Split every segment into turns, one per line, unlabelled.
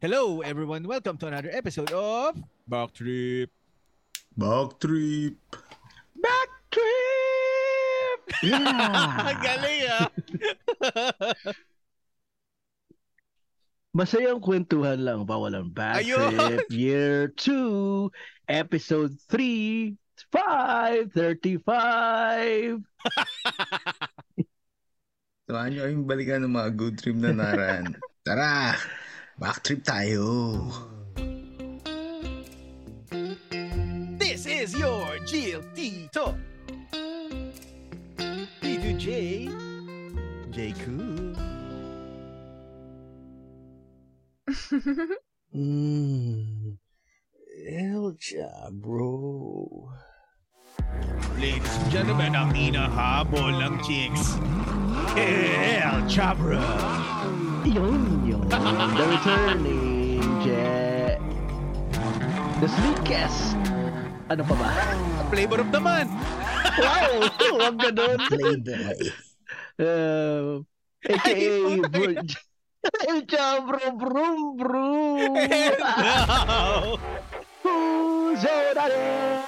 Hello, everyone. Welcome to another episode of Back Trip.
Back trip.
Back Trip!
Yeah!
Ang galing, ah!
Masayang kwentuhan lang ba walang back
Ayun!
trip? Year 2, episode 3, 5, 35.
Tumahan nyo kaming balikan ng mga good trip na naran. Tara! Back trip tayo!
This is your GLT Talk. P2J, J Cool. Mm.
Mmm. Elja, bro.
Ladies and gentlemen, ang inahabol ng chicks. El Chabro.
Yun, yun. The returning jet. The sleekest. Ano pa ba?
Flavor of the month.
Wow! Huwag ganun.
Playboy.
Uh,
Ay,
AKA
puta
Bro. Jabro, brum, brum.
No.
Who's on it?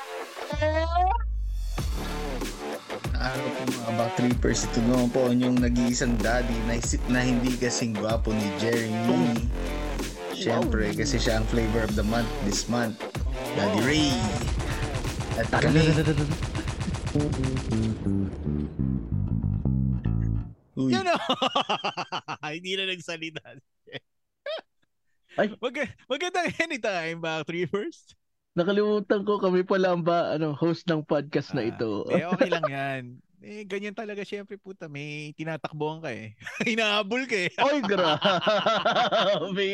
Araw po mga back trippers, ito naman po ang inyong nag-iisang daddy na, isi- na hindi kasing gwapo ni Jeremy. Siyempre, kasi siya ang flavor of the month this month. Daddy Ray! At kami, uy,
You know, hindi na nagsalita.
Ay.
Mag- magandang anytime, back three first.
Nakalimutan ko kami pala ang ba, ano, host ng podcast na
Ah,
ito.
Eh, okay lang yan. Eh, ganyan talaga syempre puta. May tinatakbuhan ka eh. Hinahabol ka eh.
Oy, grabe.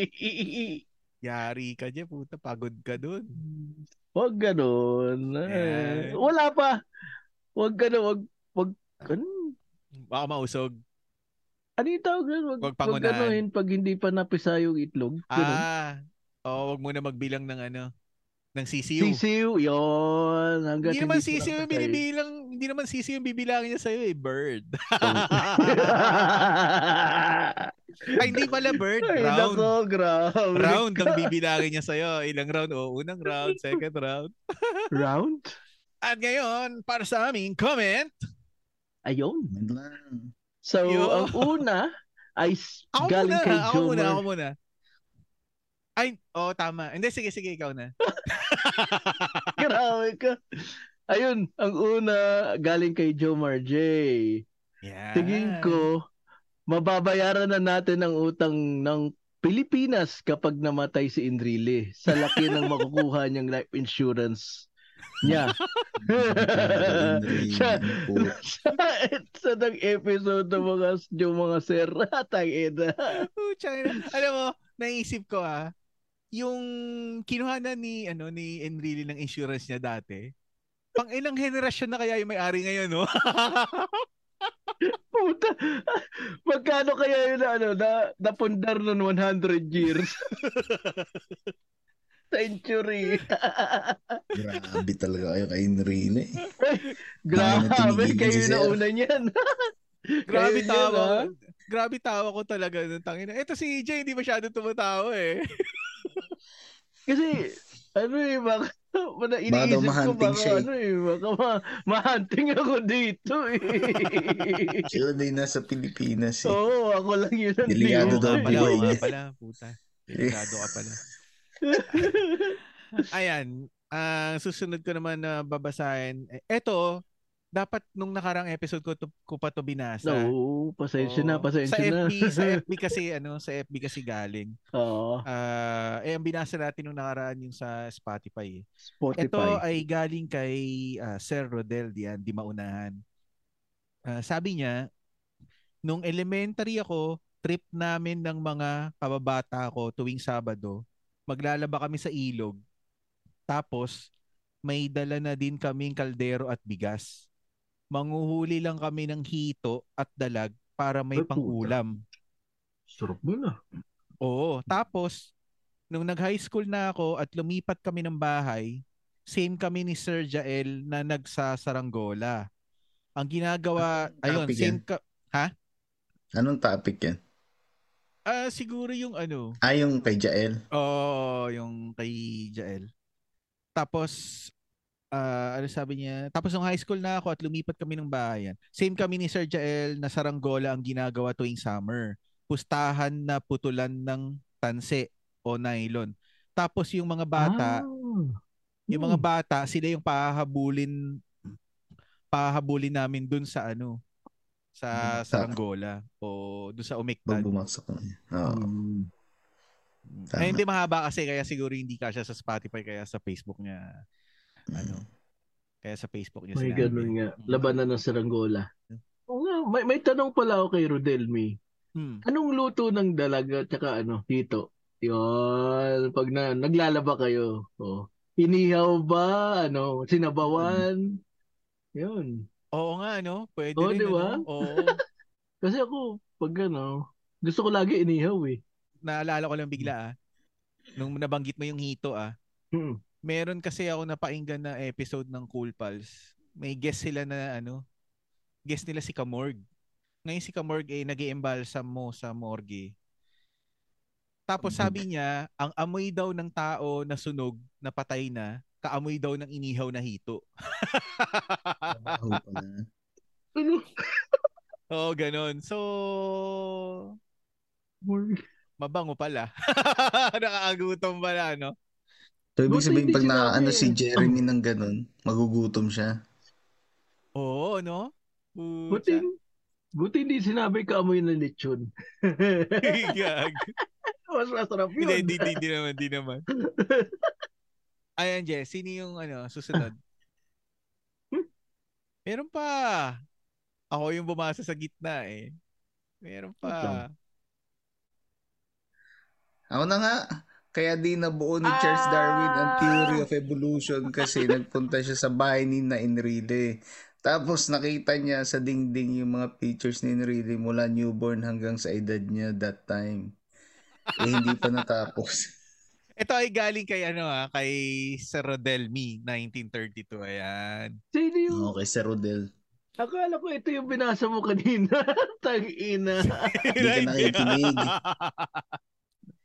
Yari ka dyan puta. Pagod ka dun.
Huwag ganun.
Ayan.
Eh, Wala pa. Huwag ganun. Huwag, huwag, ano,
Baka mausog.
ano yung tawag nun? Huwag,
Huwag
huwag
pangunahan.
ganuhin pag hindi pa napisa yung itlog. Ganun.
Ah. Oo, wag mo na magbilang ng ano. Ng sisiyo.
Sisiw, yun. Hanggat
Hindi naman
pa
sisiyo yung
napatay.
binibilang. Hindi naman sisiyo yung bibilangin niya sa'yo eh. Bird. Ay, hindi pala bird.
Ay,
Round.
nako, grabe.
round ang bibilangin niya sa'yo. Ilang round? O, unang round, second round.
Round?
At ngayon, para sa aming comment,
Ayun.
man lang.
So,
Yo.
ang una ay s-
ako
galing
muna,
kay
ako
Jomar.
muna, ako muna. Ay, oo, oh, tama. Hindi, sige, sige, ikaw na.
Grabe ka. Ayun, ang una galing kay Jomar J.
Yeah.
Tingin ko, mababayaran na natin ang utang ng Pilipinas kapag namatay si Indrile sa laki ng makukuha niyang life insurance niya.
Siya.
sa, sa ng episode ng mga, yung mga sir, tangina.
Oh, China. Alam mo, naisip ko ah, yung kinuha na ni, ano, ni Enrile ng insurance niya dati, pang ilang henerasyon na kaya yung may-ari ngayon, no?
Puta. Magkano kaya yun na, ano, na, napundar nun 100 years? Century.
Grabe talaga kayo kay eh. Enrile.
Grabe,
Tumigil
kayo
si
na
Sir.
una niyan.
Grabe
Ayun yun,
tawa.
ah.
ko. Grabe tawa ko talaga ng tangina. Ito si EJ hindi masyado tumatawa eh.
Kasi, ano eh, baka, baka
Baka daw
iniisip ko
mahunting
baka,
siya eh.
ano eh, baka ma, mahunting ako dito eh.
Siya na yung nasa Pilipinas eh.
Oo, ako lang yun ang
Delikado
dito
daw
eh.
oo
pala,
nga
buhay niya.
pala, puta. Delikado ka pala. Ayan, ang susunod ko naman na babasahin. eh, Eto, dapat nung nakarang episode ko, to, ko pa to binasa.
No, pasensya
ah. Oo.
na, pasensya
sa
na.
FB, sa FB kasi ano, sa FB kasi galing.
Oo,
Ah, eh ang binasa natin nung nakaraan yung sa Spotify. eh. Ito
Spotify.
ay galing kay ah, Sir Rodel diyan, di maunahan. Ah, sabi niya, nung elementary ako, trip namin ng mga kababata ko tuwing Sabado, maglalaba kami sa ilog. Tapos, may dala na din kaming kaldero at bigas. Manguhuli lang kami ng hito at dalag para may
Ay, puta.
pangulam.
Sarap mo na.
Oo. Tapos, nung nag-high school na ako at lumipat kami ng bahay, same kami ni Sir Jael na nagsasaranggola. Ang ginagawa,
Anong
ayun,
topic
same
yan?
ka,
Anong topic yan?
Ah, siguro yung ano.
Ah, yung kay Jael.
Oo, oh, yung kay Jael. Tapos, ah ano sabi niya? Tapos nung high school na ako at lumipat kami ng bahayan. Same kami ni Sir Jael na saranggola ang ginagawa tuwing summer. Pustahan na putulan ng tanse o nylon. Tapos yung mga bata,
Ah.
yung mga bata, sila yung pahahabulin pahahabulin namin dun sa ano sa
Bumagsak.
saranggola o dun sa
Pag
Omictan.
bumagsak na yun. Oo.
Hmm.
Tama.
Ay, Hmm. Eh, hindi mahaba kasi kaya siguro hindi ka siya sa Spotify kaya sa Facebook niya
Hmm.
ano. Kaya sa Facebook niya
May
sinabi. Hmm.
ganun nga. Labanan ng saranggola. Oo nga, may, may tanong pala ako kay Rodelmi.
Hmm.
Anong luto ng dalaga at saka ano, hito? Yun, pag na, naglalaba kayo. Oh. Inihaw ba? Ano, sinabawan? Yun.
Oo nga no, pwede
Oo,
rin
Oh, di ba?
ano? Oo.
Kasi ako, pag ano, gusto ko lagi inihaw eh.
Naalala ko lang bigla ah. Nung nabanggit mo yung hito ah.
Hmm.
Meron kasi ako napakinggan na episode ng Cool Pals. May guest sila na ano, guest nila si Kamorg. Ngayon si Kamorg eh nag sa mo sa morgue. Tapos sabi niya, ang amoy daw ng tao na sunog, na patay na, kaamoy daw ng inihaw na hito.
Trabaho pala.
Ano?
Oo, ganun. So,
Ano?
mabango pala. Nakakagutom pala, no?
So, ibig
Buti
sabihin,
hindi
pag
sinabi
nakaano
eh.
si Jeremy ng ganun, magugutom siya.
Oo, no? Pucha.
Buti, buti hindi sinabi ka amoy ng lechon.
Gag.
Mas masarap yun.
Hindi, hindi, hindi, hindi naman, hindi naman. Ayan, Jess, sino yung ano, susunod? Meron pa. Ako yung bumasa sa gitna eh. Meron pa.
Ako na nga. Kaya di nabuo ni Charles Darwin ang theory of evolution kasi nagpunta siya sa bahay ni na Enrile. Tapos nakita niya sa dingding yung mga pictures ni Enrile mula newborn hanggang sa edad niya that time. Eh, hindi pa natapos.
Ito ay galing kay ano ha, kay Sir Rodelmi, 1932. Ayan.
Sino yung,
Okay, Sir Rodel.
akala ko ito yung binasa mo kanina. Tangina.
Hindi ka nakikinig.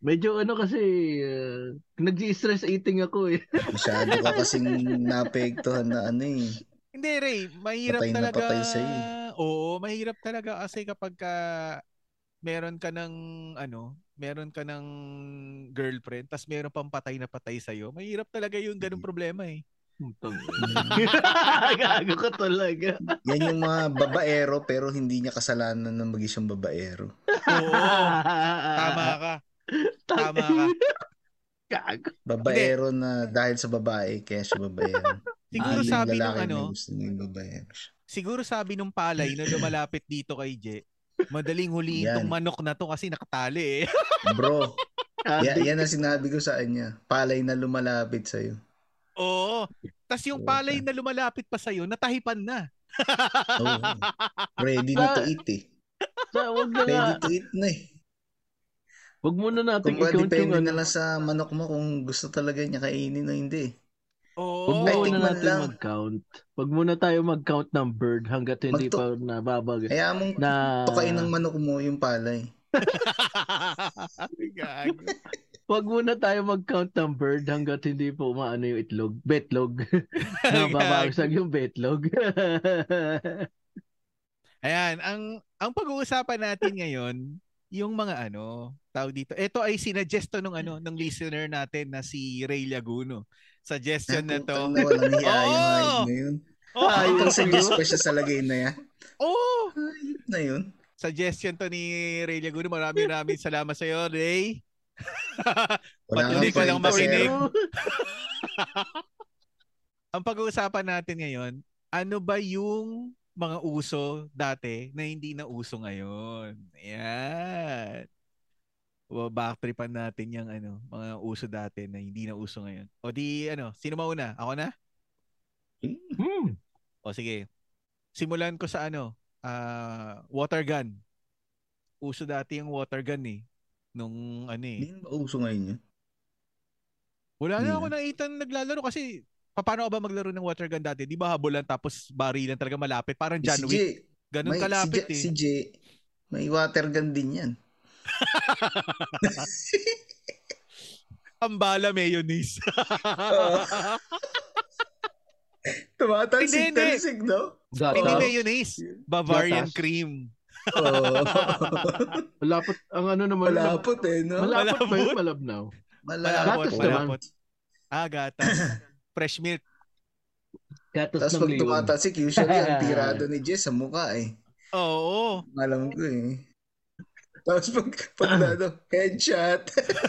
Medyo ano kasi, uh, nag-stress eating ako eh.
Masyado ka kasing naapektuhan na ano eh.
Hindi, Ray. Mahirap
Patay na
talaga.
patay sa'yo. eh.
Oo, mahirap talaga kasi kapag ka meron ka ng ano, meron ka ng girlfriend, tas meron pang patay na patay sa'yo, mahirap talaga yung ganung problema eh.
Gago ko talaga.
Yan yung mga babaero pero hindi niya kasalanan na mag siyang babaero.
Oo, tama
Ah,
ka. Tama ka.
Gago.
Babaero na dahil sa babae, kaya siya babaero.
Siguro
Maling
sabi ng
lalaki
ano,
na gusto niya yung babaero siya.
siguro sabi nung palay na lumalapit dito kay Je, madaling huliin
Yan.
tong manok na to kasi nakatali eh.
Bro, ya-
Addict.
yan ang sinabi ko sa kanya. Palay na lumalapit sa'yo.
Oo. Tas yung
Oo,
palay na lumalapit pa sa'yo, natahipan na.
Oo. ready na to eat eh.
Sa, wag na nga.
Ready to eat na eh.
Wag muna natin
Kung ba,
i-count yung
depende
ano.
na lang sa manok mo kung gusto talaga niya kainin o hindi eh.
Wag
Oo.
Ay,
muna
tingnan
natin
lang.
mag-count. Wag muna tayo mag-count ng bird hanggat hindi
Magtu-
pa nababag.
Kaya mong
Na
tukain Eh, ng manok mo yung palay.
Gago.
Wag muna tayo mag-count ng bird hanggat hindi po maano yung itlog. Betlog. Nababasag yung betlog.
Ayan, ang ang pag-uusapan natin ngayon, yung mga ano, tawag dito. Ito ay sinaggesto nung ano, ng listener natin na si Ray Laguno. Suggestion na to.
Putang Na walang hiya
Oo!
yung hayop na yun.
Oh,
Ayun.
Pag suggest pa siya sa lagay na yan.
oh,
Hayop na yun.
suggestion to ni Ray Laguno. Maraming maraming salamat sa iyo, Ray. Patuloy
kang
ka lang
kwenta, sir.
makinig. ang pag-uusapan natin ngayon, ano ba yung mga uso dati na hindi na uso ngayon? Ayan. O backtripan natin yung ano, mga uso dati na hindi na uso ngayon. O di ano, sino mauna? Ako na?
Hmm.
O sige. Simulan ko sa ano, ah, water gun. Uso dati yung water gun eh. Nung ano eh.
Hindi na ba uso ngayon yun?
Wala na
Yeah.
Hmm.
ako nakita na naglalaro kasi pa- paano ka ba maglaro ng water gun dati? Di ba habulan tapos barilan talaga malapit? Parang John
si J,
Wick. Ganun
may, si J,
kalapit eh.
si J, may water gun din yan.
Ambala mayonnaise. Hindi, hindi.
Tumatalsik-talsik, no?
Gata.
Hindi
Wow.
mayonnaise. Bavarian
Gatas.
cream.
Oo.
Malapot, ang ano naman.
Malapot eh, no?
Malapot ba yun?
Malapot.
Malabnaw.
Malapot.
Malapot,
Gatas
malapot. Ah, gatas. Fresh milk.
Gatas
Tapos
ng
pag
leon.
tumatasik, usually ang tirado ni Jess sa mukha eh.
Oo.
Alam ko eh. Tapos pag, pag ano, headshot.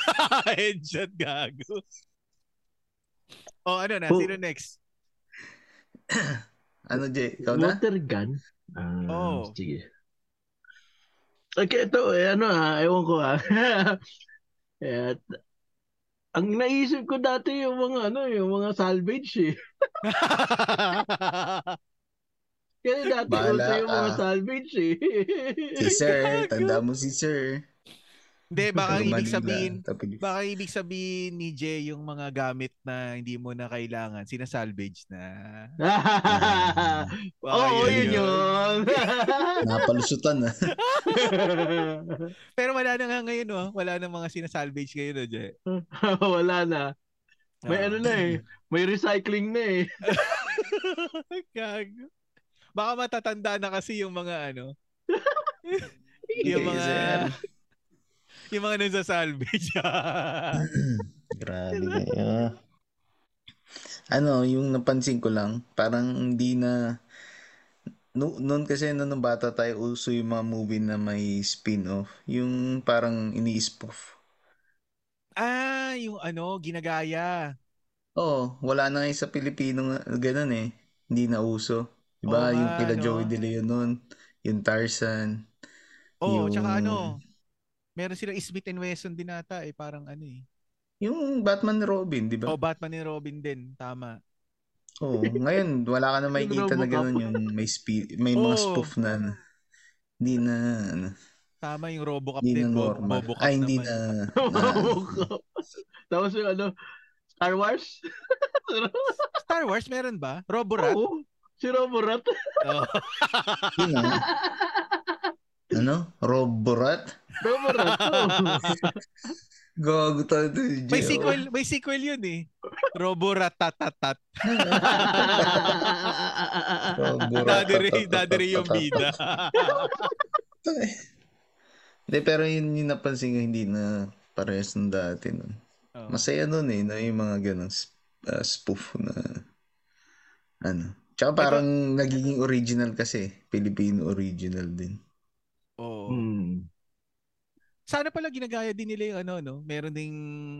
Headshot gago. Oh, ano na?
Oh.
Sino next?
ano, Jay? Ikaw na?
Water gun? Ah,
Oo.
Sige. Okay, ito, eh, ano ah, ewan ko ah. At, ang naisip ko dati yung mga ano, yung mga salvage eh. Kasi dati
Bahala
uso yung mga
ka.
salvage eh.
Si Sir. Tanda mo si Sir.
Hindi, baka
Ano
ang ibig
Gumaling na.
sabihin,
Tapos-
baka ang ibig sabihin ni Jay yung mga gamit na hindi mo na kailangan, sinasalvage na. Baka
Oo, yun yun.
Napalusutan ah.
Pero wala na nga ngayon, oh. wala na mga sinasalvage ngayon, oh, Jay.
Wala na. May
Ah.
ano na eh. May recycling na eh.
Gago. Baka matatanda na kasi yung mga ano,
Okay,
yung mga
sir.
ano?
yung mga nasa salvage.
Grabe kayo. Ano, yung napansin ko lang, parang hindi na... No, noon kasi na nung bata tayo, uso yung mga movie na may spin-off. Yung parang ini-spoof.
ah, yung ano, ginagaya.
Oo, wala na ngayon sa Pilipino nga, ganun eh. Hindi na uso. Diba,
Oo nga,
yung kila
no?
Joey De Leon noon, yung Tarzan.
Oh, tsaka
Yung-
ano, meron sila Smith and Wesson din ata eh, parang ano eh.
Yung Batman ni Robin, di ba?
Oh, Batman ni Robin din, tama.
Oo, ngayon wala ka na makikita na
Robocop.
ganun yung may spi- may mga
Oo.
spoof na ano, hindi na ano,
Tama yung RoboCop
hindi na
din, Bob,
normal.
Bobocop
Ay, hindi
naman.
na, na
Robocop. Tapos yung ano, Star Wars?
Star Wars meron ba? Roborat?
Oo. Si Roborat.
Oh.
yun ang, ano, Roborat?
Roborat. oo.
Gago tayo to si
may
Gio.
sequel, may sequel yun eh. Roboratatatat.
Roborat.
Daddy Ray, Daddy Ray yung bida.
Hindi, pero yun yung napansin ko, hindi na parehas ng dati nun.
Oh.
Masaya nun eh, na yung mga ganun sp- ah, spoof na ano. Tsaka parang nagiging original kasi. Filipino original din.
Oo.
Hmm.
Sana pala ginagaya din nila yung ano, no? Meron ding,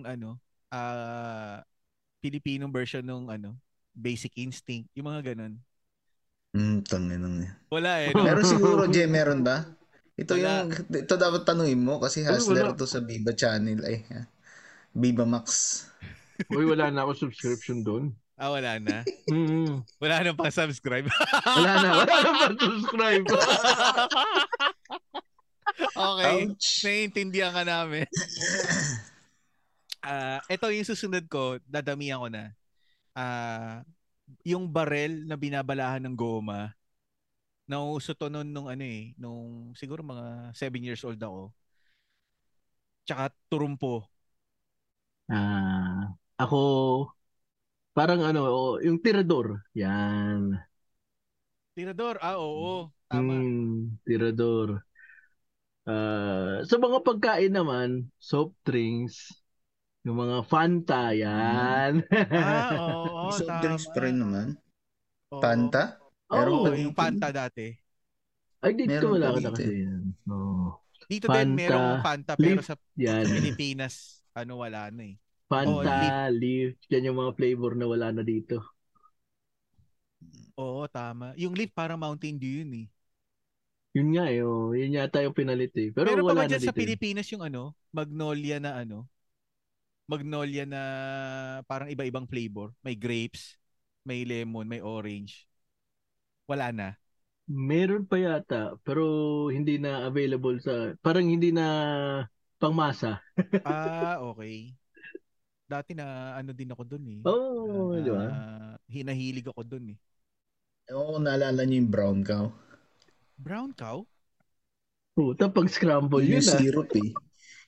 ano, ah, Filipino version ng ano, Basic Instinct, yung mga ganun.
Hmm, tangin na nga.
Wala eh, no?
Meron siguro, Jay, meron ba? Ito
Wala.
yung, ito dapat tanungin mo kasi
Ay,
hustler
wala.
to sa Viva Channel. Ay, ha? Viva Max.
Uy, wala na ako subscription doon.
Ah, wala na.
Hmm.
Wala na pang subscribe.
Wala na. Wala na pa-subscribe.
okay.
Ouch!
Naiintindihan ka namin. Ah, ito yung susunod ko, dadamihan ko na. Ah, yung barel na binabalahan ng goma. Nauso to noon nung ano eh, nung siguro mga 7 years old ako. Tsaka turumpo.
Ah, ako, parang ano, oo, yung tirador. Yan.
Tirador. Ah, oo. Tama.
Hmm, tirador. Ah, sa mga pagkain naman, soft drinks, yung mga Fanta, yan.
Ah, oo.
Hmm. Soft
tama.
drinks pa rin naman.
Oo.
Panta? Meron
Oo,
ba
yung Panta dati.
Oh, Ay, dito
Meron
wala
pa
ka
dito
na kasi
eh.
yan. Oo.
Dito din
Fanta,
merong Panta pero
Leaf.
sa Oh,
Yan.
Pilipinas ano wala na eh.
Fanta, leaf. Yan yung mga flavor na wala na dito.
Oo, tama. Yung leaf parang Mountain Dew yun eh.
Yun nga eh. Oh. Yun yata yung pinalit eh. Pero
Meron
wala
pa ba
na
dyan
dito.
sa Pilipinas yung ano, magnolia na ano? Magnolia na parang iba-ibang flavor. May grapes, may lemon, may orange. Wala na.
Meron pa yata. Pero hindi na available sa... Parang hindi na pangmasa.
Ah, okay. Dati na ano din ako dun eh. Ah,
Oh,
Oo, Oh, di ba?
Hinahilig ako dun eh.
Ewan ko naalala niyo yung brown cow.
Brown cow?
Puta, pag scramble
Yun
yun
yung
ah.
syrup eh.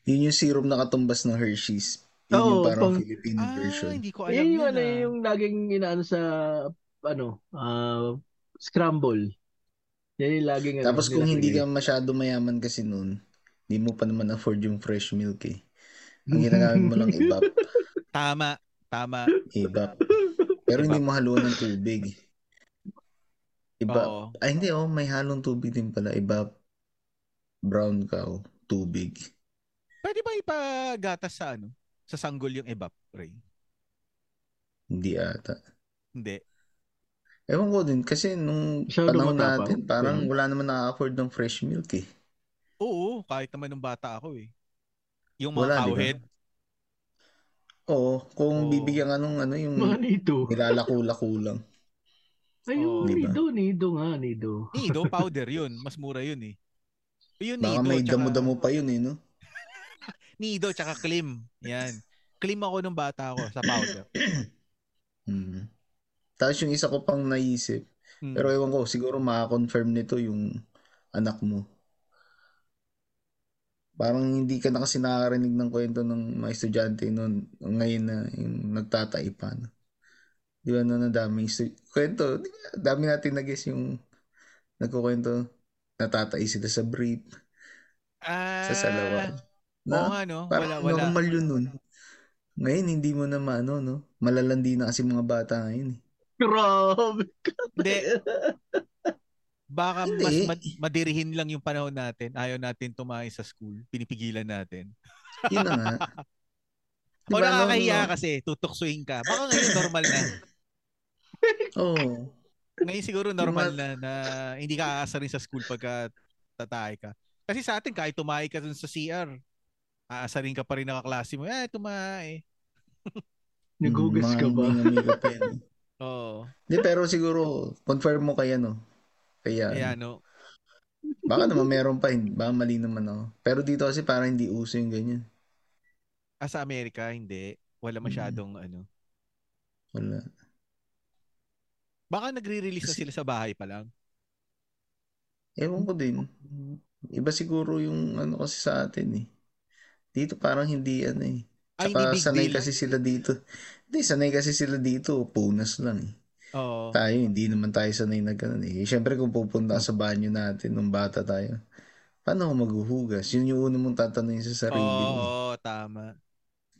Yun yung serum na katumbas ng Hershey's. Yun
Oo,
yung parang
pang-
Filipino
Ah,
version.
hindi ko alam
Yan yung,
yun.
ano,
ah.
yung laging inaano sa, ano, ah, scramble. Yan yung laging ano,
Tapos kung hindi
nilalagay.
ka masyado mayaman kasi noon, hindi mo pa naman afford yung fresh milk eh. Ang ginagamit mo lang ibap.
Tama. Tama.
Ibap. Pero hindi mo haluan ng tubig. Ibap.
Oo.
Ay hindi oh, may halong tubig din pala. Ibap. Brown cow. Tubig.
Pwede ba ipagatas sa ano? Sa sanggol yung ebap, Ray?
Hindi ata.
Hindi.
Ewan ko din kasi nung
Masyado
panahon
matapang.
natin, parang
Ganun.
wala naman na-afford ng fresh milk eh.
Oo, kahit naman nung bata ako eh. Yung mga
Wala, di ba?
cowhead.
Oo,
Oo.
kung bibigyan ka nung ano yung
Mga nido.
nilalako-lako lang.
Ay, yung
Oh,
Oo.
nido, nido nga, nido.
Nido, powder yun. Mas mura yun eh. Yun,
Baka
nido,
may
tsaka-
damo-damo pa yun eh, no?
Nido, tsaka klim. Yan. Klim ako nung bata ako sa powder.
Mm. Tapos yung isa ko pang naisip,
Mm.
pero ewan ko, siguro makakonfirm nito yung anak mo. Parang hindi ka na kasi nakakarinig ng kwento ng mga estudyante noon, ngayon na yung nagtataipan. Di ba noon ang daming estu- kwento, di ba, dami natin nag-guess yung nagkukwento, natatai sila sa brief,
ah,
sa salawan.
Oo
Na,
nga no, wala,
parang
wala.
normal yun nun. Ngayon, hindi mo na maano, no? Malalandi na kasi mga bata ngayon. eh.
Grabe.
Hindi, baka
Hindi.
mas mad- madirihin lang yung panahon natin. Ayaw natin tumayo sa school. Pinipigilan natin.
Yun na nga. Di
O
ba, ano,
nakakahiya
ano?
kasi, tutuksuin ka. Baka ngayon normal na.
Oo.
Ngayon siguro normal na na hindi ka aasa rin sa school pagka tatay ka. Kasi sa atin, kahit tumahi ka dun sa CR, aasa rin ka pa rin nakaklase mo. Eh, tumahi.
Nagugas
Mga
ka ba?
hindi nga pa yan.
Oo.
Di, pero siguro, confirm mo kaya, no? Kaya,
Kaya no.
baka naman meron pa, hindi- baka mali naman ako. Pero dito kasi parang hindi uso yung ganyan.
Ah, sa Amerika, hindi.
Mm-hmm.
Wala masyadong ano.
Wala.
Baka nagre-release na
Kasi-
sila sa bahay pa lang.
Ewan ko din. Iba siguro yung ano kasi sa atin eh. Dito parang hindi ano eh.
Ay,
Tsaka
hindi big
sanay
deal.
kasi sila dito. Hindi, sanay kasi sila dito. Punas lang eh.
Oo.
Tayo, hindi naman tayo sanay na ganun eh. Siyempre kung pupunta ka sa banyo natin nung bata tayo, paano ako maghuhugas? Yun yung una mong tatanungin sa
Oo,
sarili mo. eh.
oo, tama.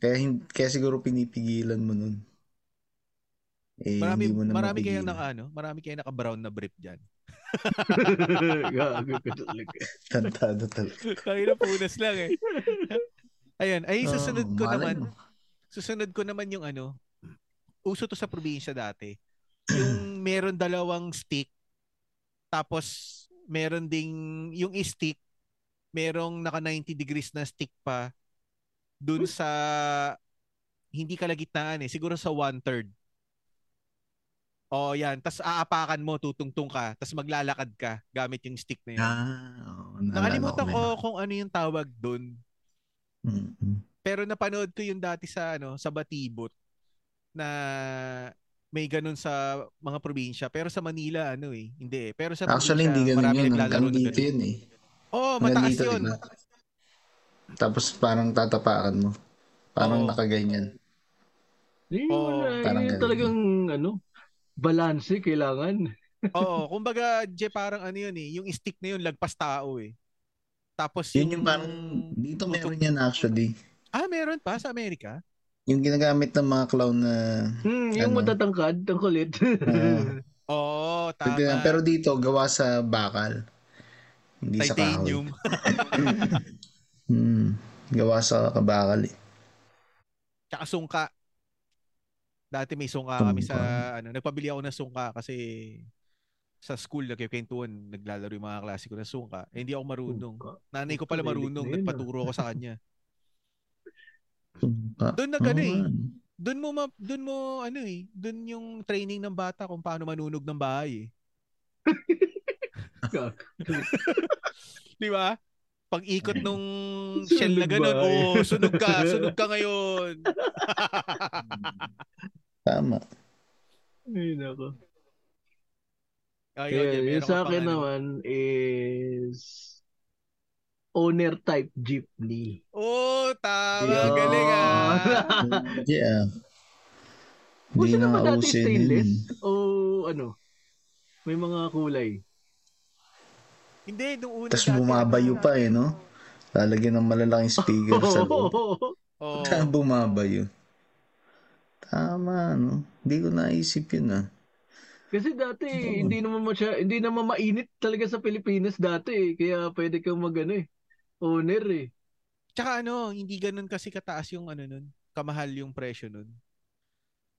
Kaya, hin- kaya siguro pinipigilan mo nun. Eh,
Marami,
hindi mo na
marami
mapigilan.
kayang naka, ano, marami kayang naka-brown na brief dyan.
Gago ka talaga.
Tantado talaga.
Kaya na punas lang eh. Ayun, ay
Oo,
susunod ko
Oh, malay
naman.
mo.
Susunod ko naman yung ano, uso to sa probinsya dati. Yung meron dalawang stick, tapos meron ding, yung stick, merong naka 90 degrees na stick pa, dun sa, hindi kalagitnaan eh, siguro sa one-third. O yan, tas aapakan mo, tutungtong ka, tas maglalakad ka gamit yung stick na yun.
Ah, oo, naalala
Nakalimutan
na
ko
yun.
kung ano yung tawag dun.
Mm-mm.
Pero napanood ko yung dati sa ano, sa Batibot na may ganun sa mga probinsya. Pero sa Manila ano eh, hindi eh. Pero sa
Actually,
probinsya,
hindi ganun
marami
yun.
naglalaro
Hanggang
ng
dito
ganun.
yun eh.
Oh,
Hanggang
mataas
dito,
yun.
diba? Tapos parang tatapakan mo. Parang
Oo.
nakaganyan.
Eh,
Oo,
wala.
Oh, parang
Yun
ganun.
talagang, ano, balanse kailangan.
Oo, kumbaga, Je, parang ano yun eh, yung stick na yun, lagpas tao eh. Tapos
Yun yung parang, dito meron yan actually.
Ah, meron pa sa Amerika?
Yung ginagamit ng mga clown na,
Hmm, yung
Ano?
matatangkad, ang kulit.
Oo,
Oo.
tama.
pero dito, gawa sa bakal. Hindi sa kahoy.
Titanium.
Hmm. Gawa sa kabakal eh.
Tsaka sungka. Dati may sungka kami sa
Sungka.
ano, nagpabili ako ng sungka kasi sa school nagkikwentuhan, naglalaro yung mga klase ko ng sungka. Eh, hindi ako marunong. Nanay ko pala
Relic
marunong,
Hmm. na yun, ah.
nagpaturo ako sa kanya.
Sumpa.
Doon na ganun
Ah. Oo
eh.
nga.
Doon mo ma- doon mo ano eh, doon yung training ng bata kung paano manunog ng bahay eh.
Gago.
Di ba? Pag ikot nung
Hmm. Sunog
shell na ganun,
bahay.
oh, sunog ka, sunog ka ngayon.
Tama.
Ay, nako.
Ayun,
Ayun,
meron ano?
yung sa
ka pang
akin
ano.
naman is owner type jeepney.
Oh, tama.
Yun.
Galing ah.
Yeah. ah, Hindi
Gusto na ba
na
dati
uso
stainless?
yun. eh.
O ano? May mga kulay.
Hindi, nung una.
Tapos
dati,
bumabayo
ano,
pa eh, no? Lalagyan ng malalaking speaker sa loob.
Oo.
Saan bumabayo? Tama, no? Hindi ko naisip yun, ah.
Kasi dati
Oo.
hindi naman masya, hindi naman mainit talaga sa Pilipinas dati eh. Kaya pwede kang magano eh. Owner eh.
Tsaka ano, hindi ganun kasi kataas yung ano nun. Kamahal yung presyo nun.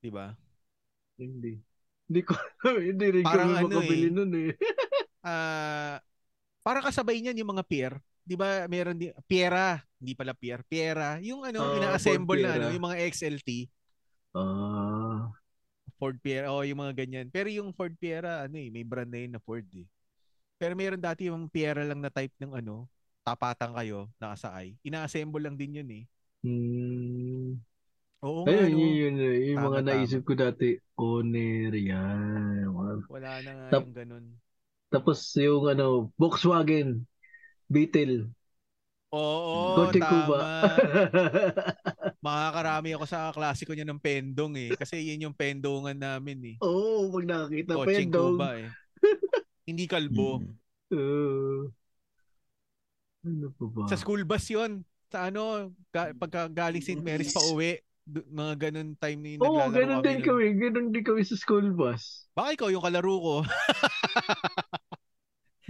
'Di ba?
Hindi. Hindi ko hindi rin
Parang
kami
ano
makabili
eh.
nun eh.
Ah, para kasabay niyan yung mga pier. 'Di ba? Meron din piera, hindi pala pier, piera. Yung ano,
Ah,
ina-assemble
Ford
na ano,
Fiera.
yung mga XLT,
Ah.
Ford Piera, oh, yung mga ganyan. Pero yung Ford Piera, ano eh, may brand na yun na Ford eh. Pero meron dati yung Piera lang na type ng ano, tapatan kayo, nakasaay. Ina-assemble lang din yun eh.
Hmm.
Oo nga,
Ayun,
ano,
yun, yun, yun, Yung
Tama,
mga
tama.
naisip ko dati, owner yan. Wow.
wala na nga
Tap-
yung ganun.
Tapos yung ano, Volkswagen, Beetle.
Oo,
Kotse
tama.
Cuba.
Makakarami ako sa klasiko niya ng pendong eh. Kasi yun yung pendongan namin eh.
Oo, pag nakakita pa
Kotse
yan, dog.
Cuba eh. Hindi kalbo.
Mm.
Oo. ano pa ba?
Sa school bus yun. Sa ano, ga- pagka galing St. Mary's pa uwi. mga ganun time na yung
Oo,
naglalaro
ganun din
nun.
kami. Ganun din kami sa school bus.
Baka ikaw yung kalaro ko.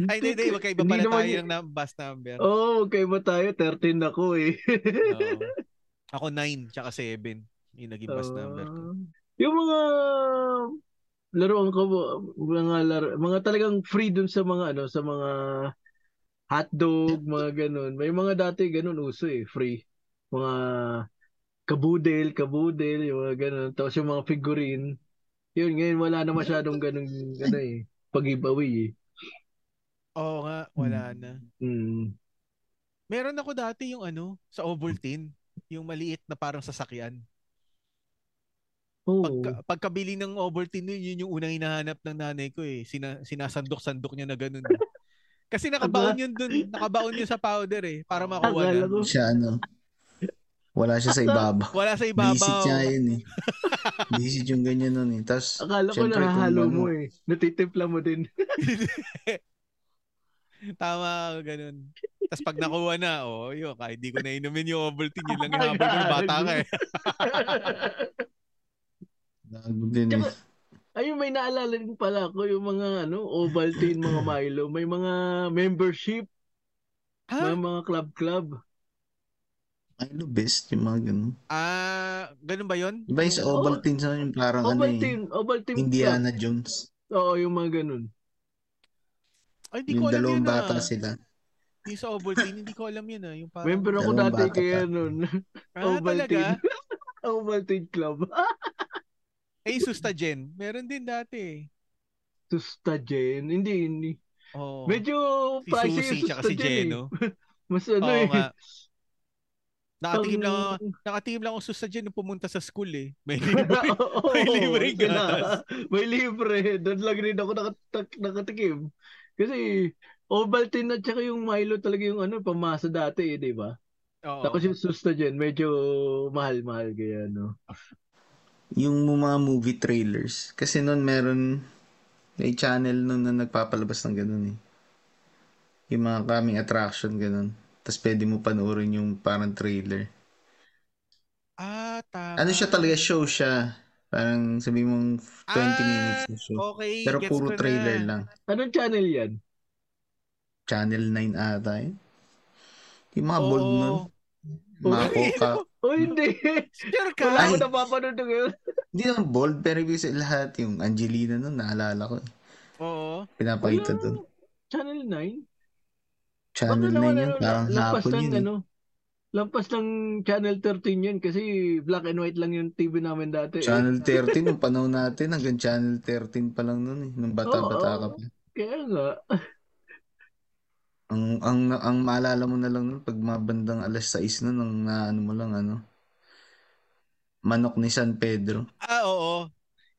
Ay, hindi, hindi. Magkaiba
Hindi
pala
naman
tayo
yun.
ng num- bus number.
Oo, oh, magkaiba tayo. 13 ako eh.
Oo. Ako 9, tsaka 7. Yung naging bus number ko.
Ah. yung mga laruan ko, mga, laro, mga talagang free dun sa mga ano, sa mga hotdog, mga ganun. May mga dati ganun uso eh, free. Mga kabudel, kabudel, yung mga ganun. Tapos yung mga figurine. Yun, ngayon wala na masyadong ganun, ano eh, pag-giveaway
Oo nga, wala na.
eh. Mm.
Meron ako dati yung ano, sa Ovaltine. Yung maliit na parang sasakyan.
Oo.
Pagka, pagkabili ng Ovaltine nun, yun yung unang hinahanap ng nanay ko eh. Sina, sinasandok-sandok niya na ganun. eh. Kasi nakabaon yun dun, nakabaon yun sa powder eh, para makuha
Akala
na.
ko,
Siya, ano? Wala siya sa ibabaw.
Wala sa
Basic
ibabaw.
niya yun, eh. Basic yung ganyan nun, eh. Tapos,
akala ko
syempre, kung
nahahalo
ano-
mo eh. Natitimpla mo din.
Tama, ganun. Tapos pag nakuha na, oh, yun, kahit di ko na inumin yung Ovaltine, yun lang yung habol ko, yung bata ka eh.
Lago din, eh.
Tsaka- Ayun, may naalala din pala ako yung mga ano, Ovaltine, mga Milo. May mga membership,
Ha?
may mga club-club.
Milo best, yung mga ganun.
Ah, ganun ba yun?
Iba yung sa Ovaltine sa yung parang ano eh.
Ovaltine, Ovaltine
Indiana
Club.
Jones.
Oo, yung mga ganun.
Ay, hindi ko
Yung
alam yun
dalawang bata
ah.
sila.
Yung sa Ovaltine, hindi ko alam yun ah. Yung parang,
Member ako
Dalawang
dati
bata
kaya
pa.
nun.
ah,
Ovaltine.
talaga?
Ovaltine Club.
Eh, Sustagen. Meron din dati eh.
Sustagen. Hindi, hindi.
Oh.
Medyo
si
pricey
Susie
yung
tsaka si
Sustagen eh.
Jeno.
Mas ano
Oo
eh.
nga. Nakatikim
Ang-
lang ako, nakatikim lang ako sa Sustagen nung pumunta sa school eh. May
Oo,
May libreng
kina-
gatas.
May libre. Doon lang rin ako nakatak- nakatikim. Kasi Ovaltine at saka yung Milo talaga yung ano, pamasa dati eh, di ba?
Oo.
Tapos yung Susta dyan, medyo mahal-mahal kaya ano. no.
Yung mga movie trailers. Kasi nun meron, may channel nun na nagpapalabas ng ganun eh. Yung mga kaming attraction ganun. Tapos pwede mo panoorin yung parang trailer.
Ah, tama.
Ano siya talaga, show siya. Parang sabi mong 20
Ah,
minutes na show.
Okay,
Pero
gets
puro
ko
trailer
na.
lang.
Anong channel yan?
Channel 9 ata eh. Yung mga
Oo.
bold nun. Mga
Oo.
coca.
Hmm.
O hindi!
Sure ka?
Wala
Ay.
ako napapanood na ngayon.
Hindi naman bold, pero ibig sabihin lahat yung Angelina nun, naalala ko. eh.
Oo.
Pinapakita
Wala.
dun.
Channel 9? Baka
Channel 9
naman
yun,
ano,
parang
lampas
hapon
ng
yun. eh.
ano, lampas ng Channel 13 yun kasi black and white lang yung TV namin dati. eh.
Channel 13, nung panahon natin, hanggang Channel 13 pa lang nun eh. Nung bata-bata ka
Oo.
pa.
Kaya nga.
Ang, ang, ang maalala mo na lang nun, pag mabandang alas 6 nun, ang na, ano mo lang, ano, manok ni San Pedro.
Ah, oo.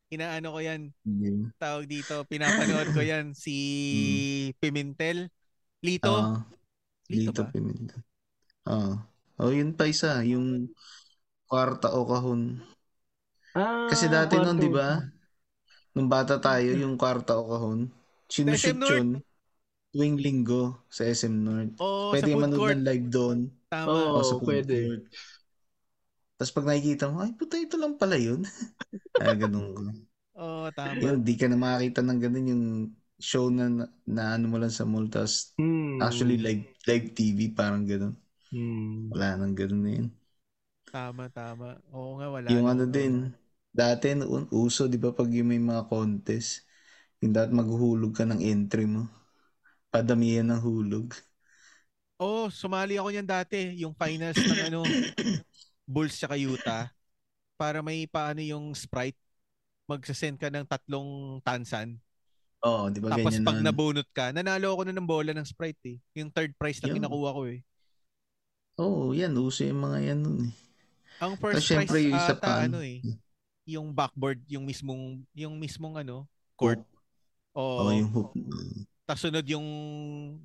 Inaano ko yan.
Hindi.
Tawag dito. Pinapanood ko yan. Si Pimentel. Lito.
Hmm. Ah,
Lito
Lito
ba?
Pimentel. Oo. Oh, yun pa isa, yung kwarta o kahon.
Ah,
Kasi dati noon,
kwarto.
di ba? Nung bata tayo, yung kwarta o kahon, sinushoot
North.
yun tuwing linggo sa SM North.
Oo, sa
Pwede
food
manood
court. Oh,
ng live doon.
Tama.
o
Oo,
sa food
pwede.
court. Tapos pag nakikita mo, ay puta, ito lang pala yun. ah, ganun ko.
Oo, tama.
Yun, di ka na makakita ng ganun yung show na, na, ano mo lang sa mall. Tapos
Mm.
Hmm.
actually live, live TV, parang ganun.
Hmm.
Wala nang ganun na yun.
Tama, tama. Oo nga, wala.
Yung
na-
ano din, dati noon, uso, di ba, pag yung may mga contest, yung dapat maghuhulog ka ng entry mo. Padamihan ng hulog.
Oo, sumali ako niyan dati. Yung finals ng ano, Bulls sa Utah. Para may paano yung Sprite. Magsasend ka ng tatlong tansan.
Oo, di ba
Tapos
ganyan
pag
na- ano.
nabunot ka, nanalo ako na ng bola ng Sprite eh. Yung third prize na
Yun.
kinakuha ko eh.
Oo, oh, yan, uso yung mga yan noon eh.
Ang first
Tapos syempre,
prize
yung isa
ata
pa,
ano
ano,
eh, yung backboard, yung mismong yung mismong ano, court. Oo.
Oo, yung hook.
Tapos sunod yung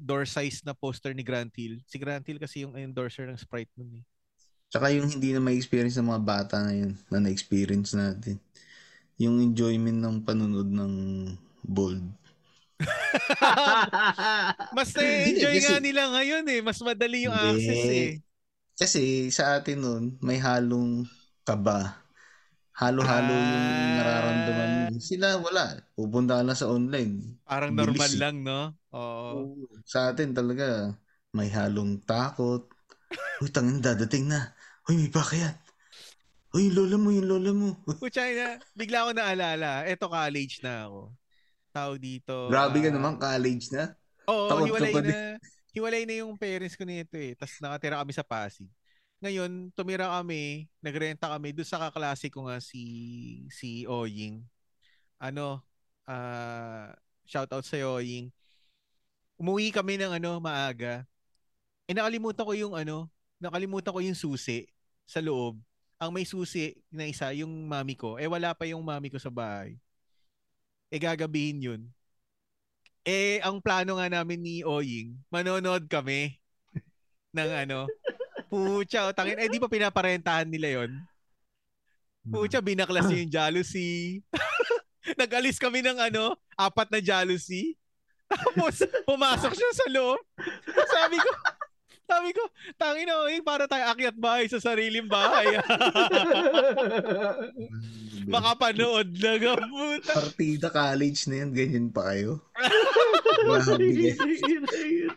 door size na poster ni Grant Hill. Si Grant Hill kasi yung endorser ng Sprite nun eh.
Tsaka yung hindi na ma-experience ng mga bata na yun, na na-experience natin. Yung enjoyment ng panunod ng bold.
Mas na-enjoy
Ah, Hindi, kasi-
nga nila ngayon eh. Mas madali yung
Hindi.
access eh.
Kasi sa atin nun, may halong kaba. Halo-halo yung
Ah.
nararamdaman mo. Sila wala. Pupunta ka na sa online.
Parang
Bilis
normal
eh.
lang, no? Oo.
Sa atin talaga, may halong takot. Uy, tangin, dadating na. Uy, may bakayat. Uy, yung lola mo, yung lola mo.
Puchay na, bigla ako naalala. Eto college na ako. Tawag dito.
Grabe ka
ah,
naman, college na.
Oo,
Takot ka
hiwalay
pa
na. Hiwalay na yung parents ko nito eh. Tapos nakatira kami sa Pasig. Ngayon, tumira kami, nagrenta kami doon sa kaklase ko nga si si Oying. Ano, ah shout out sa Oying. Umuwi kami ng ano, maaga. Eh nakalimutan ko yung ano, nakalimutan ko yung susi sa loob. Ang may susi na isa, yung mami ko. Eh wala pa yung mami ko sa bahay. Eh gagabihin yun. Eh, ang plano nga namin ni Oying, manonood kami ng ano, pucha, tangin. Eh, di ba pinaparentahan nila yon Pucha, binaklas niya yung jealousy. Nag-alis kami ng ano, apat na jealousy. Tapos, pumasok siya sa loob. Sabi ko, sabi ko, tangin na, Oying, para tayo akyat bahay sa sariling bahay. Makapanood lang ang puta.
Partida college na yan, ganyan pa kayo. Grabe.
Tangina.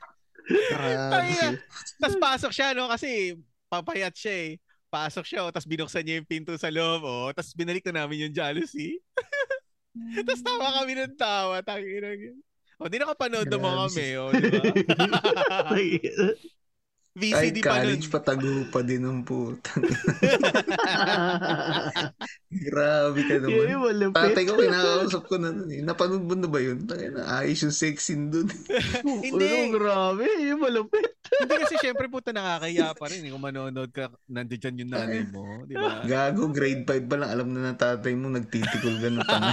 Grabe.
Tapos pasok siya, no? Kasi papayat siya eh. Pasok siya, oh, tapos binuksan niya yung pinto sa loob, oh. Tapos binalik na namin yung jealousy.
Hmm.
tapos tawa kami ng tawa. Tanginan yun. O, di nakapanood naman
Grabe
kami, oh, di ba?
Kahit
VCD pa nun.
college, patago pa din ang putang. Grabe ka
Yun yung
naman.
malapit.
Tatay ko, kinakausap ko na nun eh. Napanood mo na ba yun? Tangina, ayos yung sex scene dun. eh.
Hindi.
Ano, grabe. Yun yung malapit.
Hindi kasi syempre puta nakakaya pa rin. eh, Kung manonood ka, nandiyan dyan yung nanay mo, di ba?
Gago, grade 5 pa lang. Alam na ng tatay mo, nagtitikol ka na tanga.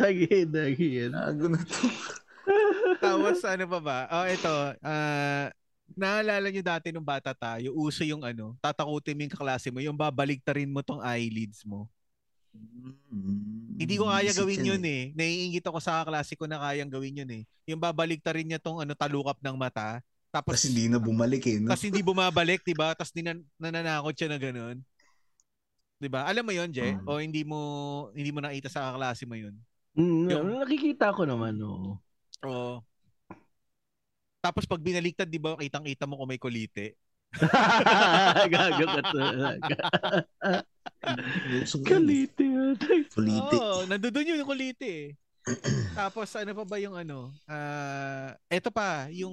Tagin, tagin.
Gago na to.
Tapos ano pa ba? Oh, ito. ah, naalala nyo dati nung bata tayo, uso yung ano, tatakutin mo yung kaklase mo, yung babaligtarin mo tong eyelids mo. Hindi ko kaya gawin yun eh. Naiingit ako sa kaklase ko na kayang gawin yun eh. Yung babaligtarin niya tong ano, talukap ng mata. Tapos,
Tapos hindi na bumalik eh. No?
tas hindi bumabalik, di ba? Tapos ninan- nananakot siya na ganun. Di ba? Alam mo yun, Je?
Mm.
O hindi mo hindi mo nakita sa kaklase mo yun?
Mm,
Yung-
nakikita ko naman, oo.
Oo. Tapos pag binaliktad, di ba, kitang-kita mo kung may kulite.
Gago ka talaga.
Uso ko yun eh.
Kalite yun.
Kulite.
Oo, nandoon yun yung kulite eh. Tapos ano pa ba yung ano? Ah, eto pa, yung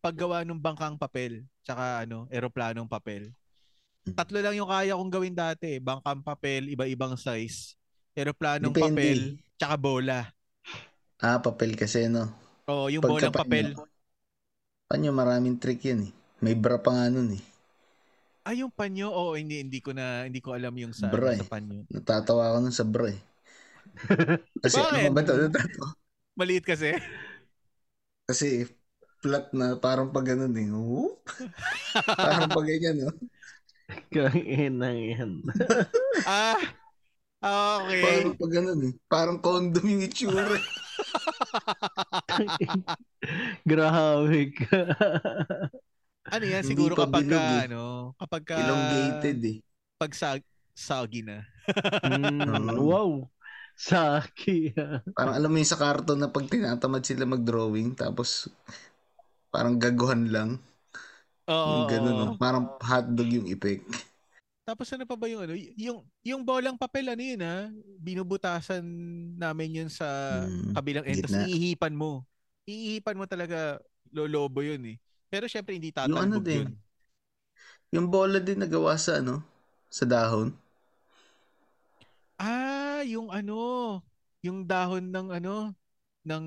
paggawa ng bangkang papel, tsaka ano, eroplanong papel. Tatlo lang yung kaya kong gawin dati. eh. Bangkang papel, iba-ibang size. Eroplanong
Depende.
papel, tsaka bola.
Ah, papel kasi no.
Oo, yung
Pagka
bolang papel.
panyo. Panyo, maraming trick yan eh. May bra pa nga nun eh.
Ay, yung panyo. Oo, hindi, hindi ko na, hindi ko alam yung sa,
Bra,
sa
eh.
panyo.
Natatawa ako nun sa bra eh. Kasi
Bakit?
ano ba ito? Natatawa.
Maliit kasi.
Kasi flat na parang pag ganun eh. Whoop. parang pag ganyan, no?
Kain ng yan.
ah, okay.
Parang pag ganun eh. Parang condom yung itsura.
Grabe ka.
Ano yan,
Hindi
siguro
pa
kapag,
bilog
ah,
eh.
ano, kapag, ah,
Elongated eh.
pag sag, sagi na. Hmm,
Mm, wow. Saki.
Parang alam mo yung sa karton na pag tinatamad sila mag-drawing, tapos parang gaguhan lang.
Oo.
yung Hmm, ganun,
oo.
no? parang hotdog yung effect.
Tapos ano pa ba yung ano? Y- Yung, yung bolang papel, ano yun ha? Binubutasan namin yun sa
Mm.
kabilang end. Tapos
gitna.
iihipan mo. Iihipan mo talaga lolobo yun eh. Pero syempre hindi
Yung ano
tatalbog
din,
yun.
yung bola din nagawa sa ano, sa dahon.
Ah, yung ano, yung dahon ng ano, ng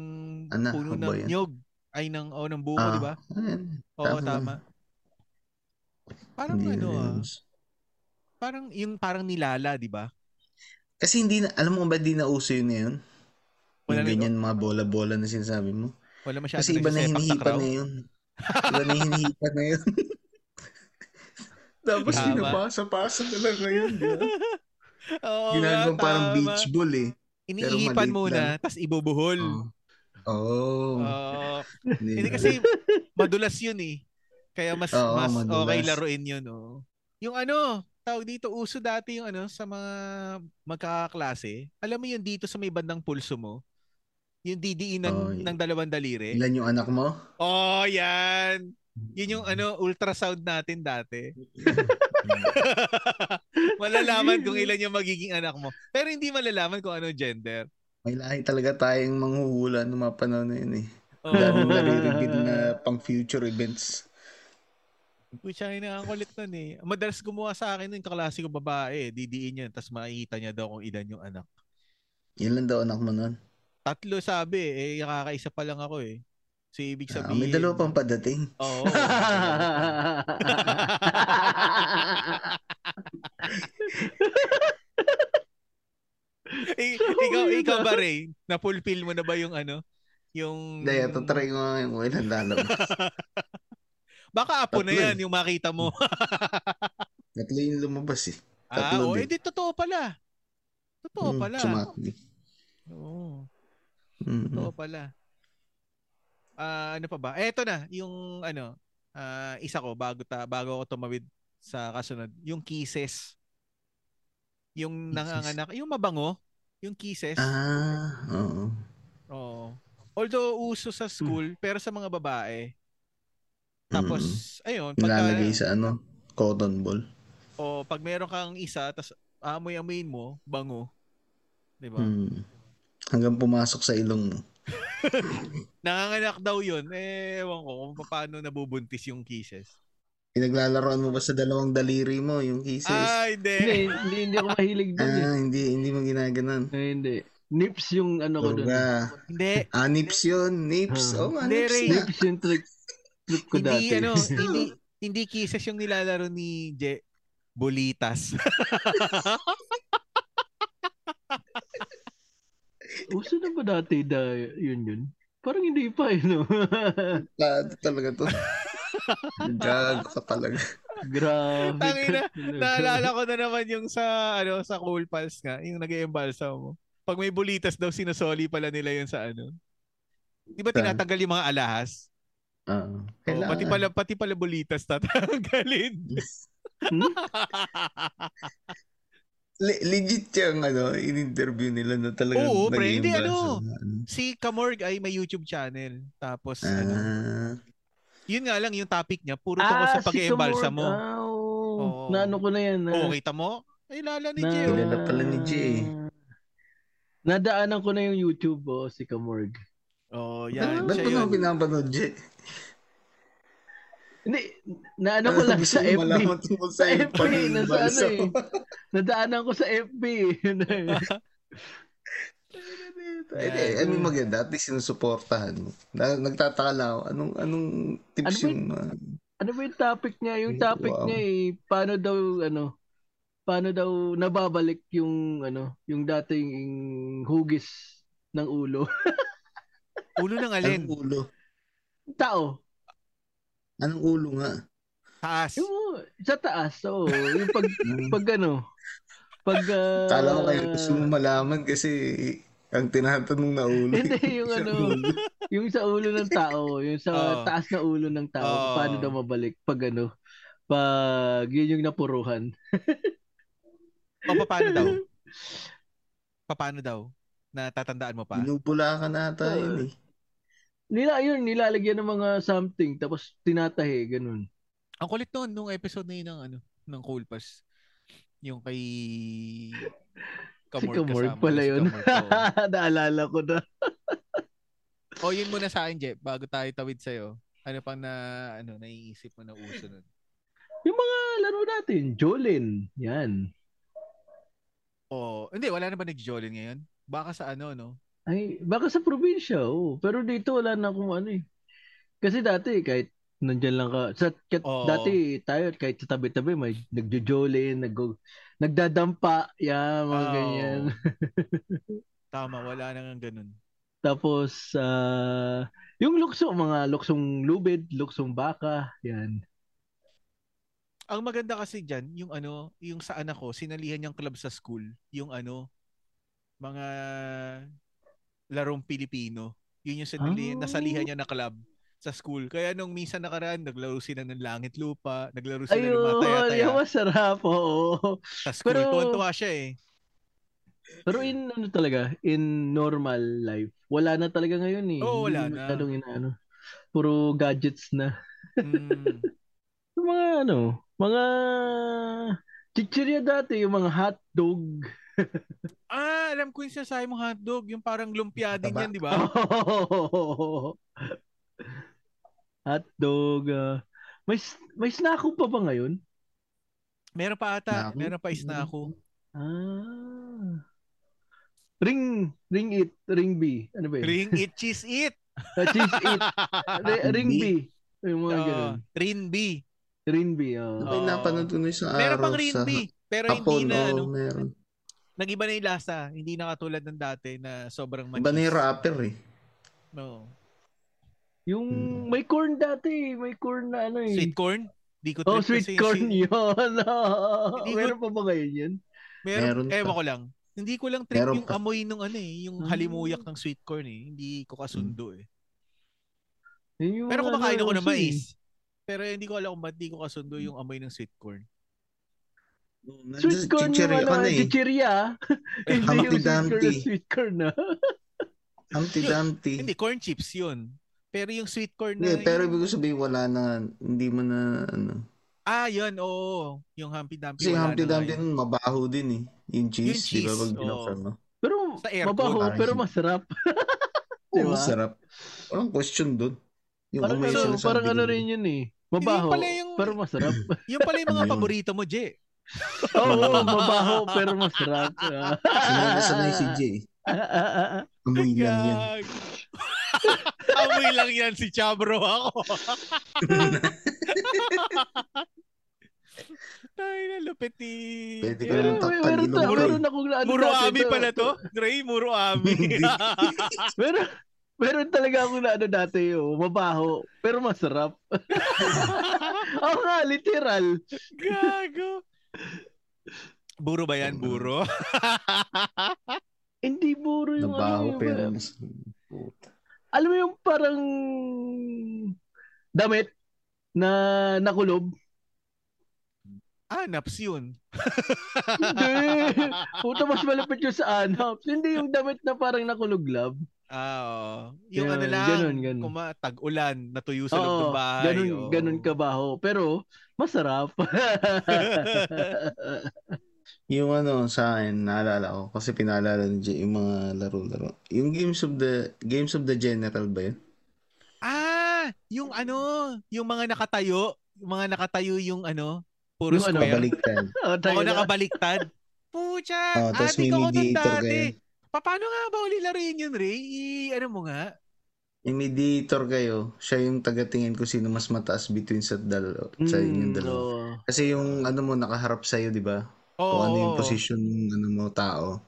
Ano,
puno
ano ba
ng
yan?
nyog. Ay, ng, oh, ng bungo,
Ah,
di ba?
Ayan,
Oo, tama.
tama.
Parang
hindi
ano
na
ah,
yun.
parang yung parang nilala, di ba?
Kasi hindi na, alam mo ba di na uso yun ngayon?
Wala na-
Yung ganyan mga bola-bola na sinasabi mo.
Wala masyado
Kasi iba na hinihipan eh. na yun. Iba na hinihipan na yun. Tapos
Tama.
pinapasa-pasa na lang ngayon. di ba?
Oo,
Ginagawang
nga,
parang
tama.
beach ball eh.
Iniihipan
maliit
muna, tapos ibubuhol.
Oo. Oh,
Oo.
hindi
Ah, Hindi
na.
kasi madulas yun eh. Kaya mas
Oo,
mas
madulas.
okay laruin yun. Oh. Yung ano, tawag dito, uso dati yung ano sa mga magkakaklase. Alam mo yun dito sa may bandang pulso mo? Yung didiin ng,
Oo, yun.
ng dalawang daliri?
Ilan yung anak mo?
Oh, yan! Yun yung ano, ultrasound natin dati. malalaman kung ilan yung magiging anak mo. Pero hindi malalaman kung ano gender.
May lahi talaga tayong manghuhula ng mga panahon na yun eh.
Oh,
Ang daming naririnig na pang future events.
Which ay na ang kulit nun eh. Madalas gumawa sa akin yung kaklase ko babae. eh. Didiin niya. Tapos makikita niya daw kung ilan yung anak.
Yan lang daw anak mo nun.
Tatlo sabi eh. Nakakaisa pa lang ako eh. So ibig
Ah,
sabihin.
may dalawa pang padating.
Oo. oo, dalawa pa. I- eh, ikaw, ikaw ba Ray? Napulfill mo na ba yung ano? Yung...
Daya, tatry ko nga yung ilan lalabas.
Baka apo na
Tatlo eh.
yan yung makita mo.
Tatlo yung lumabas eh.
ah, oh,
Tatlo din.
edi totoo pala. Totoo
Mm,
pala.
sumakbi.
Oo.
Mm.
Oo pala. Ah, ano pa ba? Eto na, yung ano, ah, isa ko bago ta bago ako tumawid sa kasunod, yung kisses. Yung
Kisses.
nanganganak, yung mabango, yung kisses.
Ah, oo.
Oo. Although uso sa
Hmm.
school, pero sa mga babae. Tapos ayun,
Mm.
pagka
Nilalagay sa ano, cotton ball.
o pag meron kang isa, tapos amoy-amoyin mo, bango. 'Di ba?
Mm. Hanggang pumasok sa ilong mo.
Nanganganak daw 'yun. Eh, ewan ko kung paano nabubuntis yung kisses.
Pinaglalaroan mo ba sa dalawang daliri mo yung kisses?
Ah, hindi.
hindi, hindi, hindi ako mahilig dun eh.
Ah, hindi, hindi mo ginaganon.
Ano
Ay, hindi. Nips yung ano ko dun. eh.
Kurga.
Hindi.
Ah, nips yun. Nips.
Ah.
Oo nga,
Hindi,
nips
Ray.
nga.
Nips yung trick. Trip ko
hindi
dati.
ano, hindi hindi kisses yung nilalaro ni Je Bolitas.
Uso na ba dati da, yun yun? Parang hindi pa eh, no?
Plado Ah, talaga to. Gago ka talaga.
Grabe.
Tangina,
ka talaga.
Naalala ko na naman yung sa ano sa Cool Pals nga, yung nag embalsa mo. Pag may bulitas daw sinusoli pala nila yun sa ano. 'Di ba
Sa-
tinatanggal yung mga alahas?
Ah,
Oh,
kailangan.
pati pala pati pala bulitas tatanggalin.
Hmm?
Le- legit yung ano, in-interview nila na talaga.
Oo, pre, hindi, ano.
ano.
si Kamorg ay may YouTube channel. Tapos ano,
Ah,
yun nga lang yung topic niya, puro
Ah,
tungkol sa pag-embalsa
Kamord.
mo.
Ah, oo.
Oo.
Naano ko na yan. ah, na-
Oo, kita mo? Ay, lala ni
na-
Jeo.
Kilala pala ni Jay.
Nadaanan ko na yung YouTube, oh, si Kamorg.
Oh,
ba't
yan.
ba't
siya
mo
yun.
naman pinapanood, Je?
Hindi,
Ano
naano ko lang sa
Gusto ko
FB.
malaman tungkol sa
Sa
iyo,
FB, nasa
pag-iimbalsa
ano eh.
mo.
Nadaanan ko sa FB.
Hindi, I mean ano maganda, at least sinusuportahan mo. Na, nagtataka lang ako, anong, anong tips
Ano ba
yung... ah,
ano ba yung topic niya? Yung topic
Wow.
niya eh, paano daw, ano, paano daw nababalik yung, ano, yung dating hugis ng ulo.
Ulo ng alin? Ano?
anong ulo?
Tao.
Anong ulo nga?
Taas.
Yung sa taas, oo. Yung pag, pag ano, pag... ah,
Kala ko kayo gusto mo malaman kasi ang tinatanong na ulo. eh.
Hindi, yung ano, yung sa ulo ng tao, yung sa
Oo.
taas na ulo ng tao,
Oo.
paano daw mabalik pag ano, pag yun yung napuruhan.
O paano daw? Paano daw? Natatandaan mo pa?
Binubula ka na ata yun eh.
Nila, yun, nilalagyan ng mga something, tapos tinatahi, ganun.
Ang kulit noon nung episode na yun ng ano, ng Cool Pass. Yung kay
si Kamorg
kasama
pala
niya si
yun.
Kamorg, oo.
Naalala ko na.
o yun muna sa akin, Jeff, bago tayo tawid sa'yo. Ano pang na, ano, naiisip mo na uso nun?
Yung mga Ah, laro natin, Jolin, yan.
O, Oh, hindi, wala na ba nag-jolin ngayon? Baka sa ano, no?
Ay, baka sa probinsya, oo. Pero dito wala na kung ano eh. Kasi dati, kahit nandyan lang ka, sa, kat,
Oo.
dati tayo, kahit sa tabi-tabi, may nagjo-jolin, nag, nagdadampa,
Ah,
yan, mga
Oo.
ganyan.
Tama, wala na nga ganun.
Tapos, ah, yung lukso, mga luksong lubid, luksong baka, yan.
Ang maganda kasi dyan, yung ano, yung sa anak ko, sinalihan niyang club sa school. Yung ano, mga larong Pilipino. Yun yung sinalihan,
Ah.
nasalihan niya na club sa school. Kaya nung minsan nakaraan, naglaro sila ng langit lupa, naglaro sila ng mga
Ayun,
taya-taya
yung masarap, oo.
sa school.
pero-
Tuwan-tuwa siya eh.
Pero in, ano talaga, in normal life, wala na talaga ngayon eh.
Oo, wala
Hindi
na.
masyadong inaano. Puro gadgets na.
Mm.
Yung mga ano, mga chichirya dati, yung mga hotdog.
Ah, alam ko yung sinasabi mong hotdog, yung parang lumpia din
Taba.
yan, di ba?
hotdog. ah. may, s- may snack pa ba ngayon?
Meron pa ata,
Naku.
meron pa isna ako.
Ah. Ring, ring it, ring B. Ano ba yun?
Ring it, cheese it!
Ah, cheese it. Ri- ring B. Yung mga ganun.
Oo, Rin B.
Ring B. ah.
Ano ba yung
Oo.
napanood ko na yung sa
Meron pang
araw
rin
sa
B, pero
hapon?
hindi na
Oo,
ano,
meron.
nagiba na yung lasa, hindi na katulad ng dati na sobrang
Iba na yung
manchis.
rapper eh.
No.
Yung
Hmm.
may corn dati. May corn na ano eh.
Mm. Sweet corn? Di ko
Oh,
trip kasi
sweet
yung
corn
si-
yun.
Hindi ko-
Meron pa ba ngayon yun?
Meron,
Meron
ewan
pa.
ko lang. Hindi ko lang trip
Meron
yung
pa.
amoy nung ano eh, yung
Ah.
halimuyak ng sweet corn eh. Hindi ko
Hmm.
kasundo eh.
Yun yung
Pero
mga
kumakain ako
ano,
ng
uso eh.
mais. Pero hindi ko alam kung ba't di ko kasundo yung amoy ng sweet corn.
Sweet corn yung
Chichirya
ano,
ka na eh.
chichirya. Hindi
Humpty
yung sweet corn na
Dumpty.
sweet corn na.
Humpty
Yun.
Dumpty.
Hindi, corn chips yun. Pero yung sweet corn
Hmm. Hindi,
na...
pero
yung-
ibig ko sabihin wala na, hindi mo na ano.
Ah, yun, oo. Yung Humpty Dumpty,
Kasi yung
wala
Humpty
na nga
Dumpty
yun.
nun, mabaho din eh. Yung
Yung
cheese, di ba?
cheese,
Pag
oo.
binakar mo.
Pero
Sa aircon,
mabaho,
parang
pero
yun.
masarap.
Oo,
Diba?
masarap. Walang question dun. Yung
Parang
amoy
ano,
yung sinasabi
parang
ko
ano
dun.
rin yun eh. Mabaho,
pala yung-
pero masarap.
Yung pala yung mga
Yun.
paborito mo, Je.
Oo, oh, mabaho, pero masarap.
Hindi na sanay si Jay. Amoy lang yan.
Gag. Amoy lang yan si Chabro ako. Tayo na, lupit ni...
Pwede ka
Pero
lang
may-
takpan
meron, ta-
ilong
meron akong ano
Muro
dati,
Ami
ito.
pala to. Dre, Muro Ami.
Meron, meron talaga akong na ano dati, oh, mabaho, pero masarap. Oo nga, literal.
Gago. Buro ba yan, Buro?
Hindi buro yung
Nabaho
ano, yung-
pero mas... Puta.
alam mo yung parang damit na nakulob.
ah, naps yun.
Hindi. Puta, mas malapit yung sa anap. Hindi yung damit na parang nakuluglab.
Ah, oo. Yung
Yun,
ano lang,
ganun, ganun.
kuma tag-ulan, natuyo sa loob
Oo,
ng bahay.
ganun,
oo.
ganun kabaho. Pero, masarap.
Yung ano sa akin, naalala ko kasi pinaalala ni Jay yung mga laro-laro. Yung Games of the Games of the General ba
Ano
yun?
Ah, yung ano, yung mga nakatayo, yung mga nakatayo yung ano, puro
Yung ano,
square.
Baliktad.
oh,
Ano,
tayo na.
nakabaliktad. Pucha,
Oh,
Ah,
tapos
ate ko ko dun
mini-gator
dati.
kayo.
Pa- Paano nga ba uli laruin yun, Ray? I- ano mo nga?
Yung mediator kayo, siya yung tagatingin ko sino mas mataas between sa dalawa, sa inyong
Mm,
dalawa.
oo.
Kasi yung ano mo nakaharap sa iyo, 'di ba?
Oo.
Kung ano yung
oo.
position ng ano mo tao.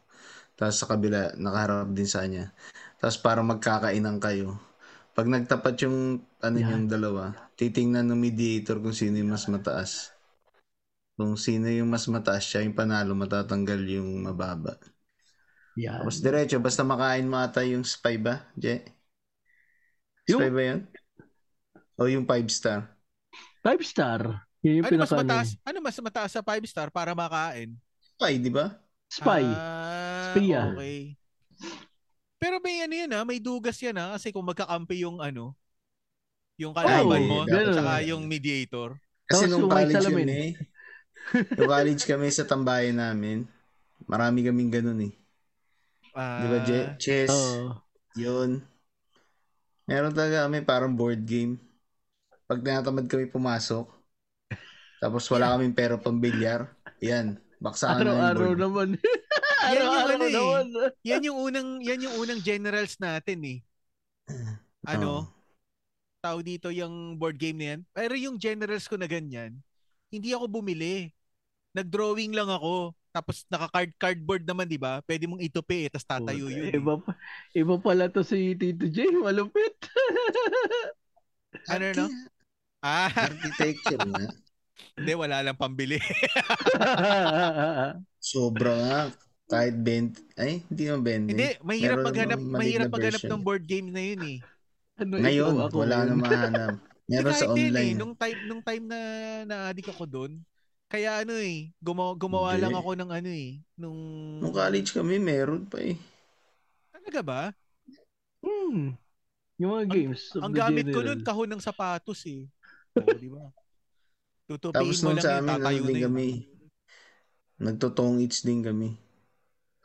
Tapos sa kabila nakaharap din sa kanya. Tapos para magkakainan kayo. Pag nagtapat yung ano
Yan.
yung dalawa, titingnan ng mediator kung sino yung mas mataas. Kung sino yung mas mataas, siya yung panalo, matatanggal yung mababa.
Yan.
Tapos diretso, basta makain mo ata yung spy ba, Je?
Yung-
Spy ba yun? O yung five star?
Five star. Yun yung
Ano mas
pinaka
mataas? Ano mas mataas sa 5 star para makain?
Spy, di ba?
Spy.
Ah,
Spia.
Okay. Pero may ano yan ha, may dugas yan ha, kasi kung magkakampi yung ano, yung kalaban
Ay,
mo,
ganun.
saka yung mediator.
Kasi
Tapos
nung
yung may
college yun
salamin.
eh. Nung college kami sa tambayan namin, marami kaming ganun eh.
Ah,
Di ba, Je? Chess,
Oo.
yun. Meron talaga kami parang board game. Pag tinatamad kami pumasok, tapos wala kaming pera pang bilyar, yan, baksakan na yung
Araw-araw
board.
naman.
Yan yung
Araw-araw
ano eh.
naman.
Yan yung unang yan yung unang generals natin eh.
Ah.
Ano,
Oo.
tao dito yung board game na yan. Pero yung generals ko na ganyan, hindi ako bumili. Nag-drawing lang ako. Tapos naka-card cardboard naman, 'di ba? Pwede mong itupi eh, tapos tatayo
Puta,
yun. eh.
Iba, pa- iba pala to si Tito J. Malupit.
Ano, no? Ah,
Architecture na.
hindi wala lang pambili.
Sobra nga. Kahit 20, ay, hindi naman 20.
Hindi, mahirap
Meron
maghanap,
namang maliit
mahirap
na
maghanap
version.
ng board game na yun eh.
ano,
Ngayon,
ikaw, ako
wala
ngayon.
na mahanap. Meron
Hindi,
sa
kahit yun
online.
Eh, nung time nung time na naadik ako doon, kaya ano eh, gumawa, gumawa
Hindi.
lang ako ng ano eh, nung
Nung college kami, meron pa eh.
Talaga ba?
Hmm. Yung mga games. of
Ang
the
gamit ko
general.
noon kahon ng sapatos eh. Oo, di ba? Tutupiin
Tapos
mo lang
nung
yun,
sa amin,
tatayo
ano din
na yun.
kami, nagtotong eats din kami.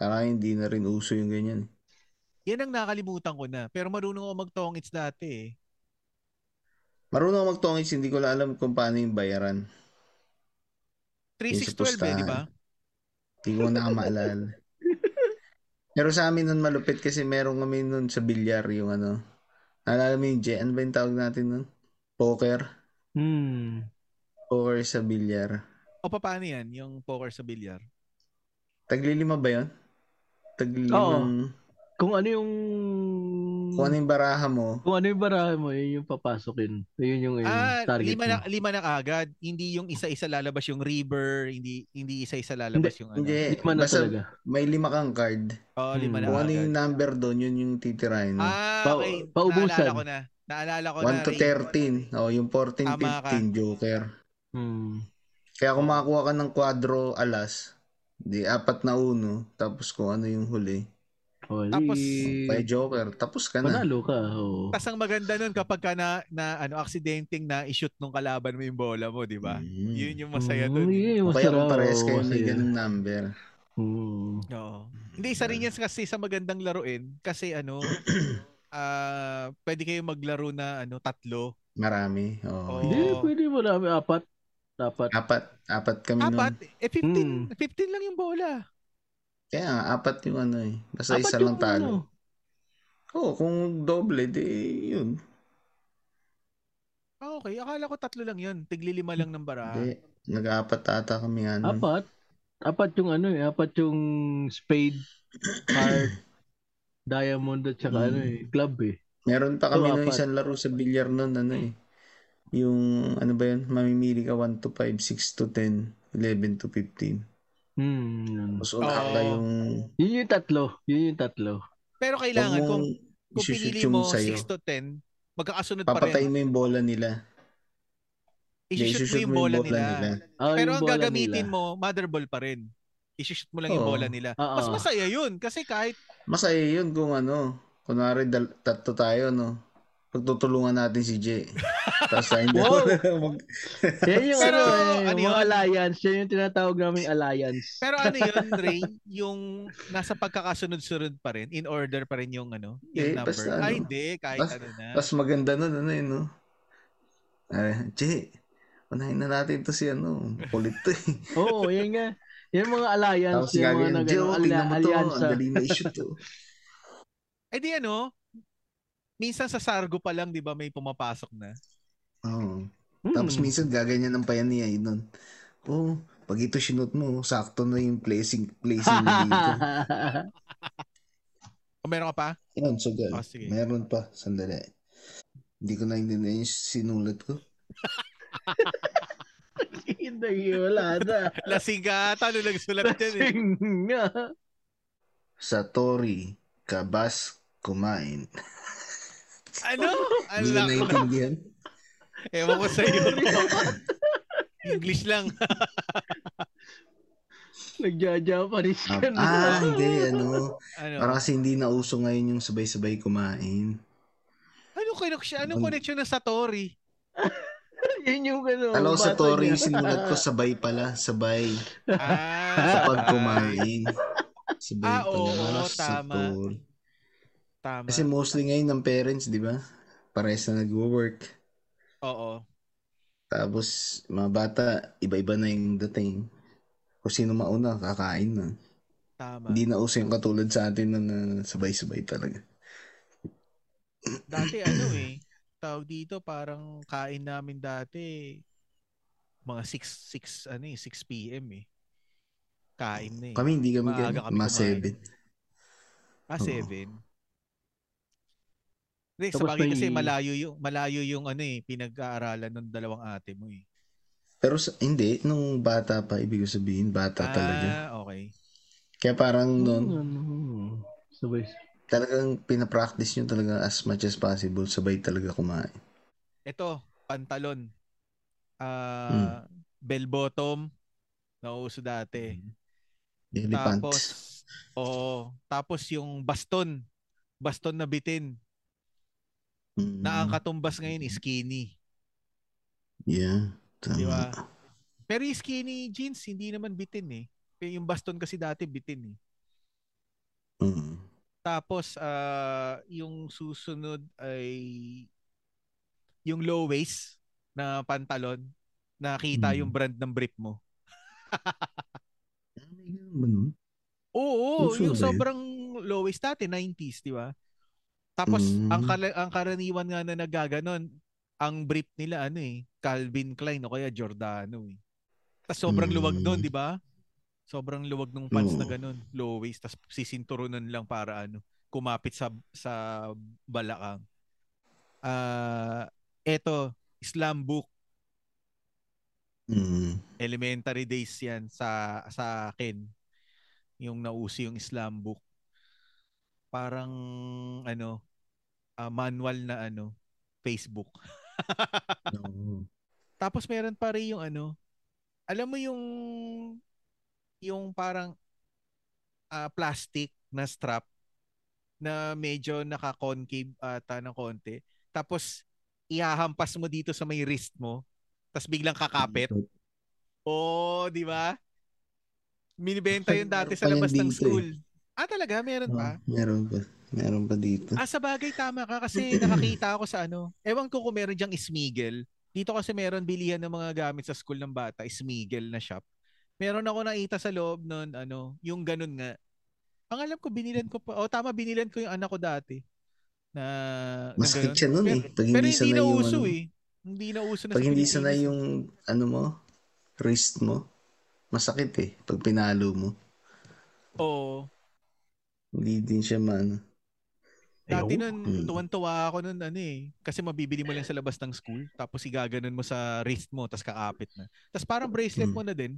Para hindi na rin uso yung ganyan.
Yan ang nakalimutan ko na. Pero marunong ako magtongits dati eh.
Marunong ako magtong eats, hindi ko lang alam kung paano yung bayaran.
3612 eh, di ba?
Hindi ko na maalala. Pero sa amin nun malupit kasi meron kami nun sa bilyar yung ano. Naalala mo yung J, ano ba yung tawag natin nun? Poker.
Hmm.
Poker sa bilyar.
O paano yan, yung poker sa bilyar?
Taglilima ba yun? Taglilimang.
Kung ano yung...
Kung ano yung baraha mo,
Kung ano yung barahan mo, yun yung papasok yun. Yun yung, yun,
Ah,
target
lima
mo.
na, lima na agad. Hindi yung isa-isa lalabas yung river, hindi hindi isa-isa lalabas yung ano.
hindi.
Lima na
Basta
talaga.
may lima kang card.
Oo, lima na
Hmm.
Kung ano
agad.
yung number doon, yun yung titirahin mo.
Ah,
Pa-
okay.
paubusan.
Naalala ko na. Naalala ko na. Eh,
1 to
Ray.
13. Oh, yung 14,
Tama ka.
15, Joker.
Hmm.
Kaya kung makakuha ka ng kwadro alas, di apat na uno, tapos kung ano yung huli,
O, di-
Tapos,
by Joker, tapos ka na.
Panalo ka. oo.
Tas ang maganda nun kapag ka na, na ano, aksidenteng na i-shoot nung kalaban mo yung bola mo, di ba? Yun
Mm.
diba? yung masaya
Mm,
dun. eh.
yun yung
O kaya
masarap,
kung parehas
oo,
kayo may
masaya.
ganung number.
Mm.
Oo. Hindi, isa rin yan kasi sa magandang laruin. Kasi ano, ah pwede kayo maglaro na ano, tatlo.
Marami.
Oo.
Oh.
Hindi, pwede marami. Apat. Apat.
Apat. Apat kami nun.
Apat, eh 15,
Mm.
15 lang yung bola.
Kaya nga, apat yung ano eh. Basta
Apat
isa
yung
lang talo.
ano.
Oo, kung doble, di yun.
Ah, okay, akala ko tatlo lang yun. Tiglilima lang ng bara.
Di, nag-apat ata kami ano. nga nun.
Apat. Apat yung ano eh. Apat yung spade, heart, diamond at
Mm.
saka ano eh. Club eh.
Meron pa kami
Oo,
nung
apat.
isang laro sa bilyar nun, ano eh. Yung, ano ba yun, mamimili ka 1 to 5, 6 to 10, 11 to 15.
Hmm. yun.
Tapos unaka
Oo.
yung,
Yun yung tatlo. Yun yung tatlo.
Pero
huwag
kailangan, kung,
mong
kung
isushoot
pinili
yung
mo
sa'yo.
6 to 10, magkakasunod pa
Papatayin
rin.
mo yung bola nila. Yeah,
Isushoot mo yung bola nila.
Ah,
Pero
yung
ang
bola
gagamitin
nila.
mo, mother ball pa rin. Isushoot mo lang yung
Oo.
bola nila.
Oo.
Mas masaya yun kasi kahit
Masaya yun kung ano, kunwari dal- tatlo tayo, no? Pagtutulungan natin si Jay. Tapos tayong
Wow!
dalawa mag-
Yan yung
Pero,
ano eh.
ano
mga
yun?
alliance. Yan yung tinatawag namin alliance.
Pero ano yun, Ray, yung nasa pagkakasunod-sunod pa rin, in order pa rin yung ano, yung
Hindi,
number.
basta ano.
Ay, hindi, kahit
Basta-
ano na.
Tapos maganda nun, ano yun, no? Ah, Jay, unahin na natin to si ano, kulit to eh.
Oo, yan nga. Yan mga alliance.
Tapos
Yung mga
gagawin
nag
ng Jero, tingnan mo
ano,
to,
alliance.
ang galing na oh." issue to.
Eh di ano, minsan sa Sargo pa lang, di ba, may pumapasok na.
Oo.
Hmm.
Tapos minsan gaganyan ng payan niya yun nun. Oh, pag ito sinot mo, sakto na yung placing, placing mo dito.
O meron ka pa?
Yun, so good.
Ah,
Oh, sige.
Meron pa, sandali. Hindi ko naintindihan yung sinulat ko.
Hindi, wala na.
Lasing ka ata nung nagsulat dyan eh.
Sing nga.
Satori Kabas Kumain.
Ano?
Hindi
Ang
ko
laki.
naintindihan.
Ewan ko sa'yo. English lang.
Nagja-Japanese ka na.
Ah, hindi. Ano?
Ano?
Para kasi hindi na uso ngayon yung sabay-sabay kumain.
Ano connection? Anong connection ng Satori?
Yun yung ano.
Alam ko,
bata
Satori
niya.
yung sinulat ko, sabay pala. Sabay.
Ah,
Kapag kumain. Sabay
Ah, oo,
pala.
oo, tama.
Satori.
Tama.
Kasi mostly ngayon ng parents, di ba? Parehas na nag-work.
Oo.
Tapos, mga bata, iba-iba na yung dating. Kung sino mauna, kakain na.
Tama.
Hindi na uso yung katulad sa atin na, na sabay-sabay talaga.
Dati ano eh. Tawag dito parang kain namin dati mga 6 6 ano eh 6 PM eh. Kain na eh.
Kami hindi kami
Maaga kami
ganun. Mga
kumain.
seven.
ah
oo.
7. Hindi, sa
Tapos
bagay kasi
may-
malayo yung malayo yung ano eh pinag-aaralan ng dalawang ate mo eh.
Pero sa- hindi, nung bata pa, ibig sabihin, bata talaga.
Ah, okay.
Kaya parang noon,
Ano, Sabay.
talagang pinapractice nyo talaga as much as possible, sabay talaga kumain.
Ito, pantalon. Ah,
Hmm.
bell bottom nauso dati.
Daily
Tapos,
pants.
oo. Tapos yung baston. Baston na bitin.
Mm,
Na ang katumbas ngayon is skinny.
Yeah. Tama.
Di ba? Pero yung skinny jeans, hindi naman bitin eh. Pero Yung baston kasi dati bitin eh.
Mm.
Tapos, ah, yung susunod ay yung low waist na pantalon. Nakita
Mm.
yung brand ng brief mo.
Ah, may ganun ba nun?
Oo,
Uso
yung
na ba yun?
sobrang lowest dati, 90s, di ba? Tapos,
Mm.
ang, kala- ang karaniwan nga na nagaganon, ang brief nila, ano eh, Calvin Klein o kaya Giordano eh. Tapos sobrang luwag
Mm.
nun, di ba? Sobrang luwag nung pants na
Oo.
ganun, low waist, tapos sisinturunan lang para ano, kumapit sa sa balakang. Ah, eto, slam book,
Mm.
elementary days 'yan sa sa akin. Yung nauso yung slam book. Parang ano, ah, manual na ano, Facebook.
Oo.
Tapos meron pa rin yung ano, alam mo yung yung parang ah, plastic na strap na medyo naka-concave ata ng konti. Tapos ihahampas mo dito sa may wrist mo, tapos biglang kakapit. Oo, di ba? Minibenta yun dati sa
Meron pa
labas
yan
ng
dito eh.
school. Ah, talaga? Meron
Ah,
pa?
meron pa. Meron pa dito.
Ah, sa bagay, tama ka. Kasi nakakita ako sa ano. Ewan ko kung meron dyang Smigel. Dito kasi meron bilihan ng mga gamit sa school ng bata. Smigel na shop. Meron ako nakita sa loob nun, ano, yung ganun nga. Ang alam ko, binilan ko pa. O tama, binilan ko yung anak ko dati. Na, na
Masakit
ganun.
siya nun eh.
Pero-
Pag
Pero
hindi
hindi
sanay
na
yung
uso
ano-
eh. Hindi na uso na
Pag
sa
hindi
Pilipinas
sanay
eh.
yung ano mo, wrist mo, masakit eh. Pag pinalo mo,
Oo.
hindi din siya man.
Dati
Ayaw.
nun,
Mm.
tuwan-tuwa ako nun, ano eh. Kasi mabibili mo lang sa labas ng school, tapos igaganon mo sa wrist mo, tapos kakapit na. Tapos parang bracelet
Mm.
mo na din.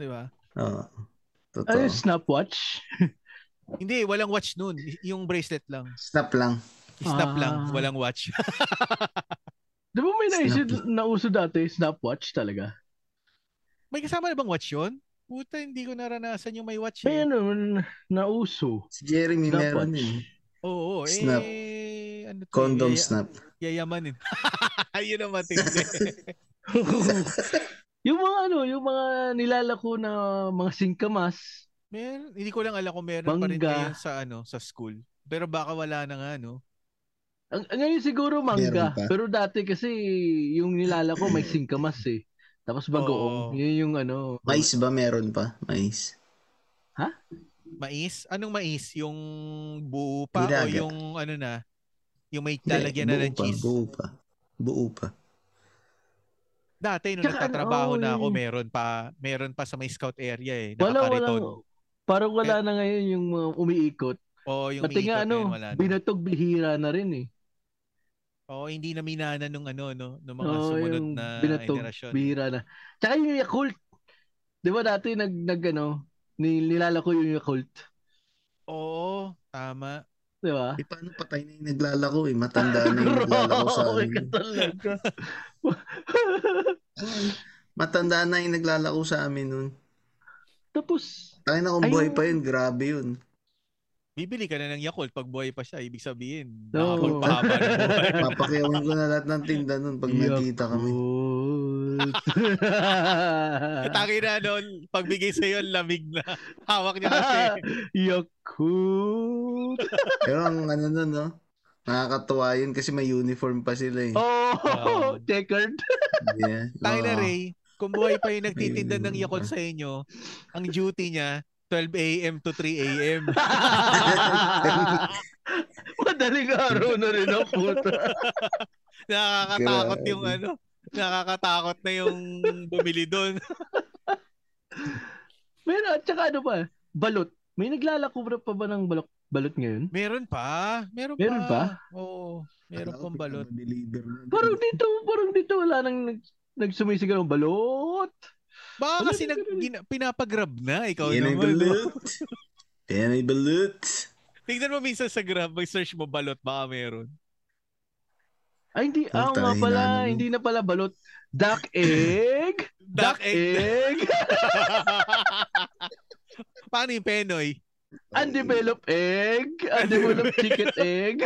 Di ba?
Oo.
Ano
Ah, Totoo.
yung snapwatch?
Hindi, walang watch nun. Y- Yung bracelet lang.
Snap lang.
Snap
Ah.
lang, walang watch.
Di ba may naisip
Snap.
na uso dati? Snapwatch talaga.
may kasama na bang watch yun? Puta, hindi ko naranasan yung may watch
May
eh.
ano, nauso.
Si Jeremy meron
Snapwatch.
yun.
Oo, oo.
Snap.
Eh, ano to, eh,
Condom
yaya-
snap.
Yayamanin. Yun ang matindi.
yung mga ano, yung mga nilalako na mga singkamas.
Meron, hindi ko lang alam kung meron pa rin
Mangga.
ngayon sa ano, sa school. Pero baka wala na nga, no?
Ang, ang ngayon siguro mangga.
Meron pa.
Pero dati kasi yung nilalako may singkamas eh. Tapos
Oo.
bagoong. Yun yung ano.
Mais ba meron pa? Mais.
Mais? Anong mais? Yung buo pa o
Nilaga.
yung ano na? Yung may
Hindi,
lalagyan na
buo
ng
pa,
cheese?
Buo pa. Buo pa.
Dati nung
Tsaka ano,
nagtatrabaho na ako,
eh.
meron pa meron pa sa may scout area eh.
Wala,
Nakakariton.
walang Parang
Eh.
wala na ngayon yung mga umiikot.
O yung
Pati
umiikot
nga
ano,
ano,
wala na.
binatog bihira na rin eh.
Oo, hindi na minana nung ano, no? Nung mga
Oo,
sumunod
yung
na
binatog,
iteration.
bihira na. Tsaka yung Yakult. Di ba dati nag, nag ano, ni- nilalako yung Yakult.
Oo, tama.
Di ba?
Eh, paano patay na yung naglalako eh? Matanda na yung naglalako sa ano.
Grabe
amin.
ka talaga.
Matanda na yung naglalako sa amin nun.
Tapos,
Tayo na kung
Ayun.
buhay pa yun, grabe yun.
Bibili ka na ng Yakult pag buhay pa siya. Ibig sabihin,
Oo.
nakapagpahaba na buhay.
Papakiyawan ko na lahat ng tinda nun pag nakita kami.
Yakult.
Taki na noon, pagbigay sa'yo, lamig na. eh. Hawak niya kasi.
Yakult.
Pero ang ano nun, no? Nakakatuwa yun kasi may uniform pa sila eh. ah.
Oh,
Wow.
checkered.
Yeah.
Tayo na
Oo.
Ray, kung buhay pa yung nagtitinda ng
Ayun.
Yakult sa inyo, ang duty niya, 12 a.m. to 3 a.m.
Madaling araw na rin ang puta.
Nakakatakot yung
Grabe.
ano. Nakakatakot na yung bumili doon.
Meron, at saka ano pa, balot. May naglalako na pa ba ng balok, balot ngayon?
Meron pa. Meron,
Meron
pa.
ba?
Oo. Meron
Akala ko
pang balot.
pinapa-deliver na.
Parang dito, parang dito wala nang nag, nagsumisigaw ng balot.
Baka
Wala
kasi nag,
naman.
gina, pinapagrab na. Ikaw
Yan ay
naman. no?
balut. Yan ay balut.
Tingnan mo minsan sa grab, may search mo balot, baka meron.
Ay, hindi, ah,
Puta,
nga pala,
hinahanap mo.
hindi na pala balot. Duck egg?
Duck egg.
egg?
Paano yung penoy?
Undeveloped egg? Undeveloped chicken egg?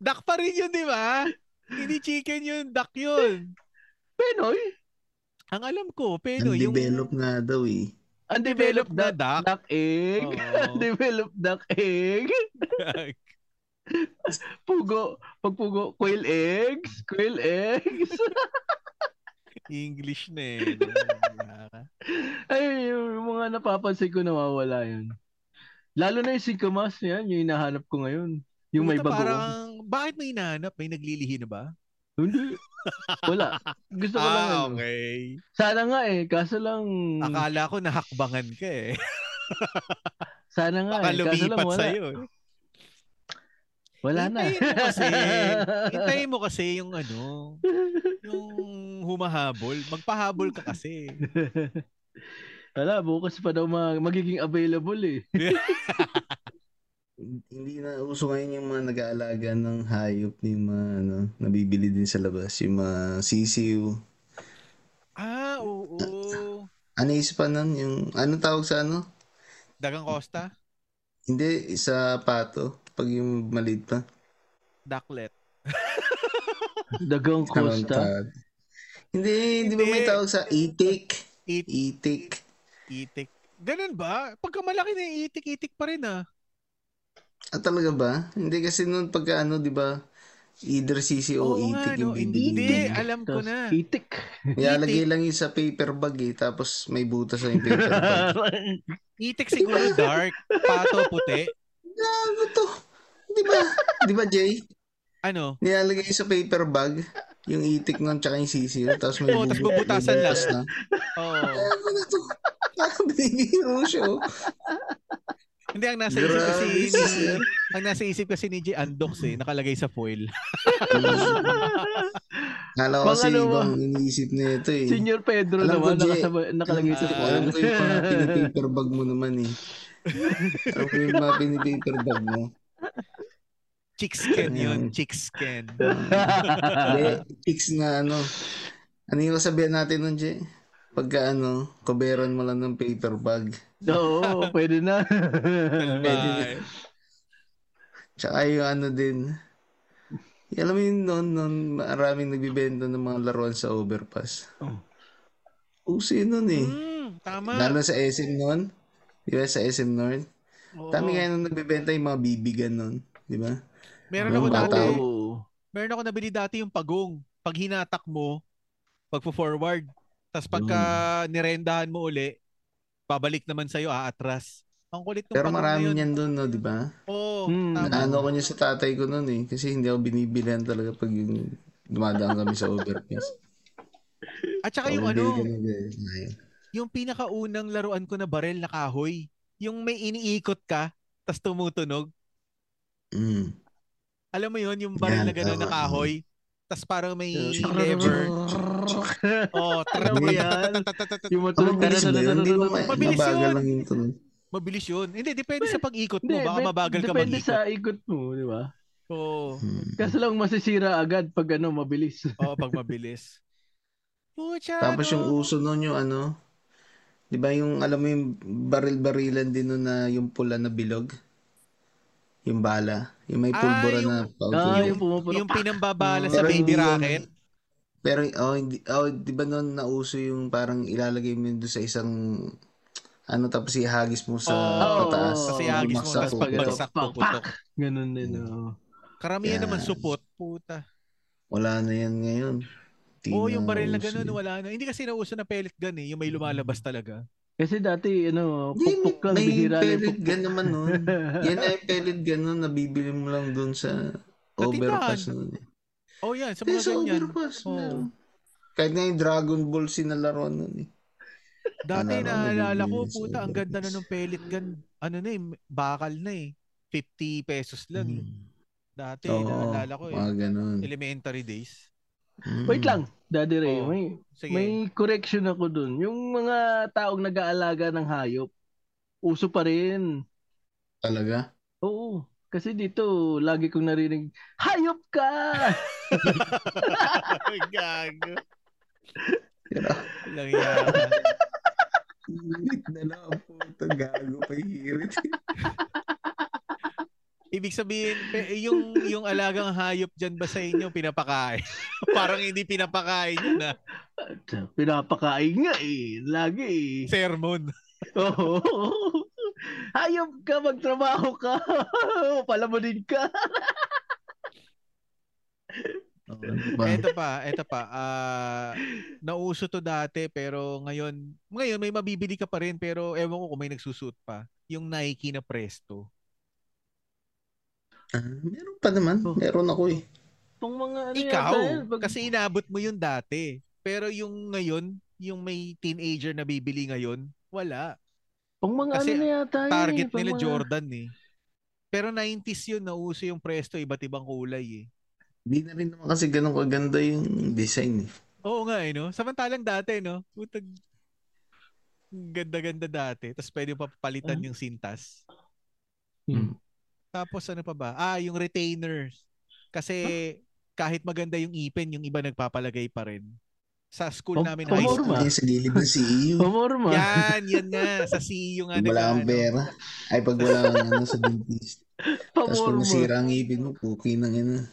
Duck pa rin yun, di ba? Hindi chicken yun, duck yun.
Pinoy?
Ang alam ko, penoy. Ano, yung
Undeveloped nga daw eh.
Undeveloped
Undeveloped na
duck,
duck. Oh,
duck egg?
Oo.
Undeveloped duck egg? Pugo. Pagpugo, quail eggs? Quail eggs?
English na eh.
Ay, yung mga napapansin ko nawawala yun. Lalo na yung singkamas yan, yung hinahanap ko ngayon. Yung may
Puta,
bago.
Parang, bakit may hinahanap? May naglilihi na ba?
Hindi. Wala. Gusto ko lang.
Ah,
ano.
okay.
Sana nga eh, kaso lang.
Akala ko nahakbangan ka eh.
sana nga
Baka
eh, kaso lang
lumipat
wala.
sa'yo. eh.
Wala na.
Hintayin mo kasi. Hintayin mo kasi yung ano, yung humahabol. Magpahabol ka kasi.
Wala, bukas pa daw ma- magiging available eh.
Hindi na uso ngayon yung mga nag-aalaga ng hayop ni mga ano, nabibili din sa labas. Yung mga sisiw.
Ah, oo.
Ano isipan nun? Yung, ano tawag sa ano?
Dagang Costa,
Hindi, sa pato. Pag yung maliit pa.
Ducklet.
Dagang
Tamang
Costa.
tawag. Hindi, hindi ba may
Hindi.
tawag sa itik?
It-
Itik.
itik. Ganun ba? Pagka malaki na yung itik-itik pa rin ah.
Ah, talaga ba? Hindi kasi nun pagka ano, di ba? Either sisi o
Oo nga,
itik
no?
yung
Hindi,
bibili.
alam ko
Tapos
na.
Itik.
Nilalagay lang yun sa paper bag eh, tapos may butas na yung paper bag.
Itik siguro dark, pato puti.
Gago Ano to. Di ba? Di ba, Jay?
Ano?
Nilalagay sa paper bag yung itik nun tsaka yung sisiyo, tapos may
Oo, tapos
bubu-
bubutasan
may
lang.
butas na.
Oh.
Gago na to. Parang binibiro siya. oh.
Hindi ang nasa isip kasi
Grabe, sir.
ang nasa isip kasi ni Jay Andox eh, nakalagay sa foil.
Kala ko
Pang
kasi
ano,
ibang iniisip na ito eh.
Senior Pedro
Alam ko,
naman,
Jay.
nakasabay- nakalagay sa
Ah.
ko, alam ko yung mga pinipaper bag mo naman eh. Alam ko yung mga pinipaper bag mo.
Chickskin yun,
Ayan.
chickskin.
Hindi, chicks na ano. Ano yung kasabihan natin nun, Jay? Pagka ano, kuberan mo lang ng paper bag.
Oo, pwede na.
Bye.
Tsaka yung ano din. yung Alam mo yun, noon, noon, maraming nagbibenta ng mga laruan sa overpass.
Oh.
Uso yun nun eh.
Mm, tama.
Lalo sa SM noon. Di ba sa SM North?
Oo.
Dami kaya nung nagbibenta yung mga bibigan noon. Di ba?
Meron
Yung
ako
bata.
dati,
Oo.
meron ako nabili dati yung pagong. Pag hinatak mo, pagpo-forward. Tapos pagka
Mm.
nirendahan mo uli, babalik naman sa'yo, aatras. Ang kulit ng
Pero
pagong na
marami
yun.
niyan doon, no, di ba?
Oo,
Mm.
tama.
Ano ko niya sa tatay ko noon eh. Kasi hindi ako binibilihan talaga pag yung dumadaan kami sa overpass.
At saka yung
Ako,
ano,
binibigan ng guys. Ayun.
yung pinakaunang laruan ko na barel na kahoy, yung may iniikot ka, tas tumutunog.
Mm.
Alam mo yun, yung baril na
Yan,
gano'n na
tama.
kahoy. Tapos parang may
Tsaka-
lever. Oh,
Alam mo yan? Yung
Ang
matulog ka na
mabilis ba yun? Hindi ko ma-
Mabilis
mabagal
yun.
lang yung tunog.
Mabilis yun. Hindi, depende sa pag-ikot
Hindi,
mo. Baka
bet-
mabagal ka
Depende
mag-ikot.
sa ikot mo, di ba?
Oo.
Hmm.
Kaso lang masisira agad pag ano, mabilis.
Oo, pag mabilis. Pucha,
Tapos
no?
yung uso nun yung ano, di ba yung alam mo yung baril-barilan din nun na yung pula na bilog? Yung bala. Yung may
Ah,
pulbura
yung-
na
Ah, yung
pauso.
pumupulok.
Yung pinambabala
Mm.
sa
Pero
baby
hindi yun-
rocket.
Pero oh, hindi, oh, di ba nun nauso yung parang ilalagay mo yun doon sa isang ano tapos ihagis mo sa
Oo,
pataas.
Kasi
Oo,
agis mo,
Bumagsak
tapos
po.
pagbagsak
Pak,
po putok.
ano, Ganun din,
Hmm.
oo.
Karamihan
Yan.
naman supot. Puta.
Wala na yan ngayon. Di
Oo, yung baril na
uso
gano'n,
yun. Mm.
wala na. Hindi kasi nauso na pellet gun eh. Yung may lumalabas talaga.
Kasi dati, ano,
Hindi, may,
pukpuk lang,
may
bihira lang
pellet gun
pukpuk.
naman nun. Yan ay pellet gun nun, nabibili mo lang dun sa
Sa
overpass nun. eh.
Oh yan, sa mga
Hindi, sa
ganyan.
overpass.
Oo.
meron. Kahit nga yung Dragon Ball sinalaroan nun eh.
Dati
Ano, ano,
naalala ko,
nabibili sa
puta, ang ganda na
Overpass.
ng pellet gun. Ano na eh, bakal na eh. 50 pesos lang. eh.
Hmm.
Dati,
Mm. Oo,
naalala ko eh.
Mga ganun.
Elementary days.
Mm.
Wait lang, Daddy Ray,
Oo.
may,
Oh, Sige.
may correction ako dun. Yung mga taong nag-aalaga ng hayop, uso pa rin.
Talaga?
Oo. Kasi dito, lagi kong narinig, hayop ka!
Gago.
Tira.
Lang yan.
Wait na lang po. Ito gago pa hirit.
Ibig sabihin, pe- yung yung alagang hayop dyan ba sa inyo pinapakain? Parang hindi pinapakain yun ah. na
At, uh, Pinapakain nga eh. Lagi eh.
sermon.
Oo. Hayop ka, magtrabaho ka. Palamunin ka.
Oo, ano ba?
Eto pa, eto pa. Ah, nauso to dati pero ngayon, ngayon may mabibili ka pa rin pero ewan ko kung may nagsusuot pa. Yung Nike na Presto.
Ah, meron pa naman.
Oh.
Meron ako eh.
Itong mga ano
Ikaw,
yata yan, pag-
kasi inabot mo yun dati. Pero yung ngayon, yung may teenager na bibili ngayon, wala.
pang mga
kasi
ano na yata yan eh,
target
pang
nila
mga-
Jordan eh. Pero 90s yun, nauso yung Presto, iba't ibang kulay eh.
Hindi na rin naman kasi ganun kaganda yung design eh.
Oo nga eh, no? Samantalang dati, no? Putag... ang Ganda-ganda dati. Tapos pwede pa papalitan yung sintas.
Hmm.
Tapos ano pa ba? Ah, yung retainers. Kasi kahit maganda yung ipin, yung iba nagpapalagay pa rin. Sa school
Pam-
namin high
Ayos
school.
Pamorma.
na sa gilid ng CEO.
Pamorma.
Yan, yan nga. Sa CEO nga.
Pag wala kang
nag-ano.
pera. Ay, pag wala kang ano sa dentist. Tapos pag
Pamorma.
nasira ang ngipin mo, puki na yun. ah.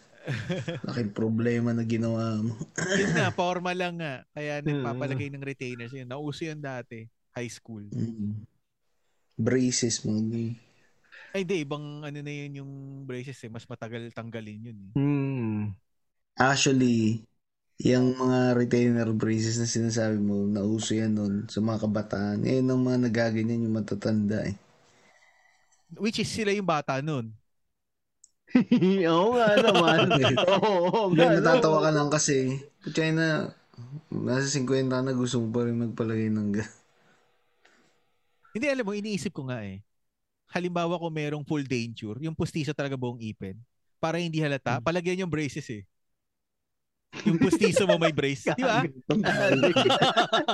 Laking problema na ginawa mo.
yun na, forma lang nga. Kaya
Mm.
nagpapalagay ng retainers. Yun, nauso yun dati. High school.
Mm. Braces mga ganyan.
Ay, di. Ibang ano na yun yung braces eh. Mas matagal tanggalin yun eh.
Hmm.
Actually, yung mga retainer braces na sinasabi mo, nauso yan nun sa mga kabataan. Ngayon ang mga nagaganyan yung matatanda eh.
Which is sila yung bata nun.
Oo nga naman. Oo, oo
Ano Hindi,
nga.
natatawa ka lang kasi, kutya na, nasa 50 na gusto mo pa rin magpalagay ng ga.
Hindi, alam mo, iniisip ko nga eh. Halimbawa kung merong full danger, yung pustiso talaga buong ipin, para hindi halata, palagyan yung braces eh. Yung pustiso mo may brace. Di ba? Diba?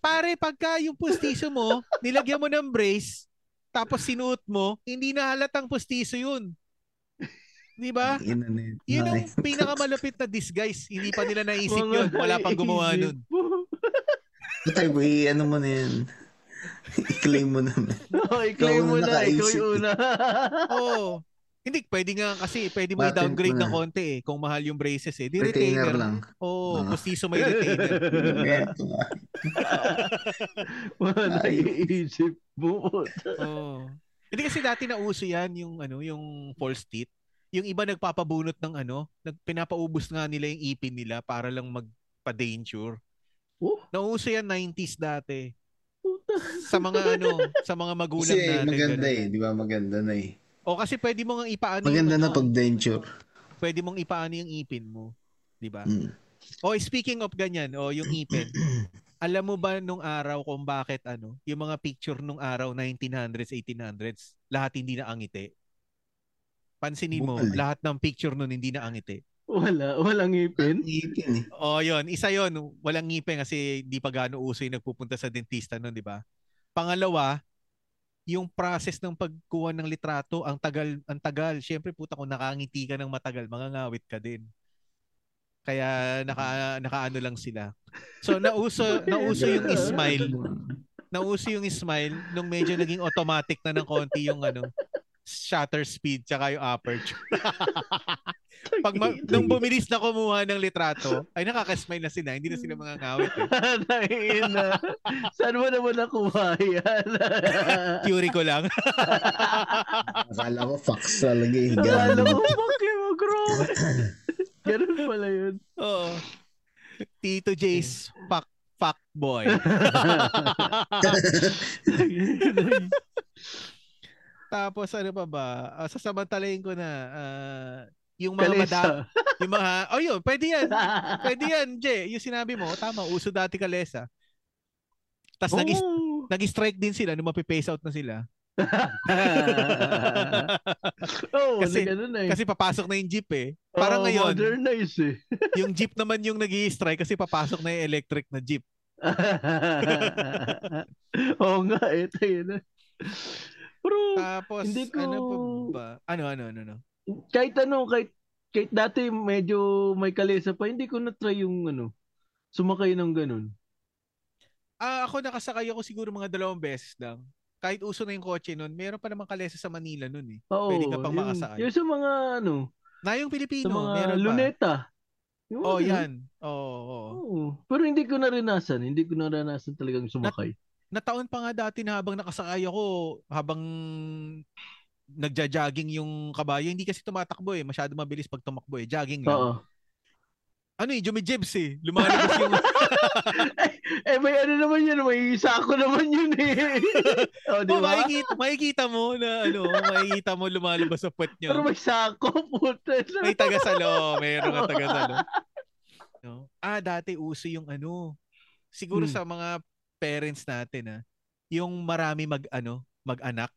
Pare, pagka yung pustiso mo, nilagyan mo ng brace, tapos sinuot mo, hindi na halatang pustiso yun. Di ba?
Ina na yun.
Yun ang
Ay.
pinakamalupit na disguise. Hindi pa nila naisip yun. Wala pang gumawa nun.
Patay mo, eh, ano mo na yan. I-claim mo naman.
Oo, i-claim mo
Ikaw ang
na. Ikaw
nakaisip
yung una.
Oo. Hindi, pwede nga kasi, pwede mo
Patent
i-downgrade
mo na.
ng konti eh, kung mahal yung braces eh. Di
Retainer
retainer.
lang.
Oo,
Ah.
pustiso may retainer.
Eto nga.
Mga
Ayun.
naiisip mo.
Oo. Hindi kasi dati nauso yan, yung ano, yung false teeth. Yung iba nagpapabunot ng ano, nagpinapaubos nga nila yung ipin nila para lang magpa-danger.
Oh.
Nauso yan 90s dati.
Puta.
Sa mga ano, sa mga magulang
Kasi
natin.
maganda
ganun.
eh, di ba? Maganda na eh.
O kasi pwede mo nga ipaano. yung
Maganda
ano,
na pag-denture.
Pwede mong ipaano yung ipin mo. 'Di ba?
Mm.
Oh, speaking of ganyan, oh, yung ipin. Alam mo ba nung araw kung bakit ano, yung mga picture nung araw 1900s, 1800s, lahat hindi na angiti? Pansinin mo,
Bukal eh.
lahat ng picture nun hindi na ang ngiti.
Wala, walang ngipin.
Ngipin eh.
O yun, isa yun, walang ngipin kasi di pa gaano uso yung nagpupunta sa dentista nun, di ba? Pangalawa, yung process ng pagkuha ng litrato, ang tagal, ang tagal. Siyempre, puta, kung nakangiti ka ng matagal, mangangawit ka din. Kaya naka, nakaano lang sila. So nauso nauso yung smile. nauso yung smile nung medyo naging automatic na ng konti yung ano shutter speed tsaka yung aperture. Pag ma- nung bumilis na kumuha ng litrato, ay nakakasmile na sila, hindi na sila mangangawit. Eh.
Tangina. Saan mo naman nakuha yan?
Curie ko lang.
Akala ko fax talaga eh.
Akala
Ganun.
ko, fuck you, bro. Ganun pala yun.
Oo. Tito J's fuck, fuck boy. Tapos ano pa ba? Ah, sasamantalayin ko na ah, yung mga mada-
Kalesa.
yung mga oh yun, pwede yan. Pwede yan, Jay. Yung sinabi mo, tama, uso dati kalesa. Tapos nag
Oo.
nag-strike din sila nung mapipace out na sila.
Oo,
Kasi-
kasi, Oh, ganun eh.
Kasi papasok na yung jeep eh. Parang
Oo,
ngayon,
Modernize eh.
yung jeep naman yung nag strike kasi papasok na yung electric na jeep.
Oo nga eh, tayo na. Bro,
Tapos,
Hindi ko-
ano pa ba? Ano, ano, ano, ano?
kahit ano, kahit, kahit dati medyo may kalesa pa, hindi ko na-try yung ano, sumakay ng ganun.
Ah, ako nakasakay ako siguro mga dalawang beses lang. Kahit uso na yung kotse nun, meron pa namang kalesa sa Manila nun eh.
Oo,
Pwede ka pang
yun-
makasakay.
Yung sa mga ano,
Na yung
sa
Pilipino,
mga
meron pa.
luneta. Yung
Oh,
ano,
yan. Oo, oo.
Oo. Pero hindi ko naranasan, hindi ko naranasan talagang sumakay.
Nataon pa nga dati na habang nakasakay ako, habang nagja-jogging yung kabayo, hindi kasi tumatakbo eh. Masyado mabilis pag tumakbo eh. Jogging lang.
Oo.
Ano eh, jumijibs eh. Lumalabas yung...
Eh may ano naman yun, may sako naman yun eh. o, di
Oh,
ba?
makikita, makikita mo na ano, makikita mo lumalabas sa puwet niyo.
Pero may sako, puta.
May tagasalo, mayroon nga tagasalo. No? Ah, dati uso yung ano. Siguro
Hmm.
sa mga parents natin ah, yung marami mag ano, mag-anak,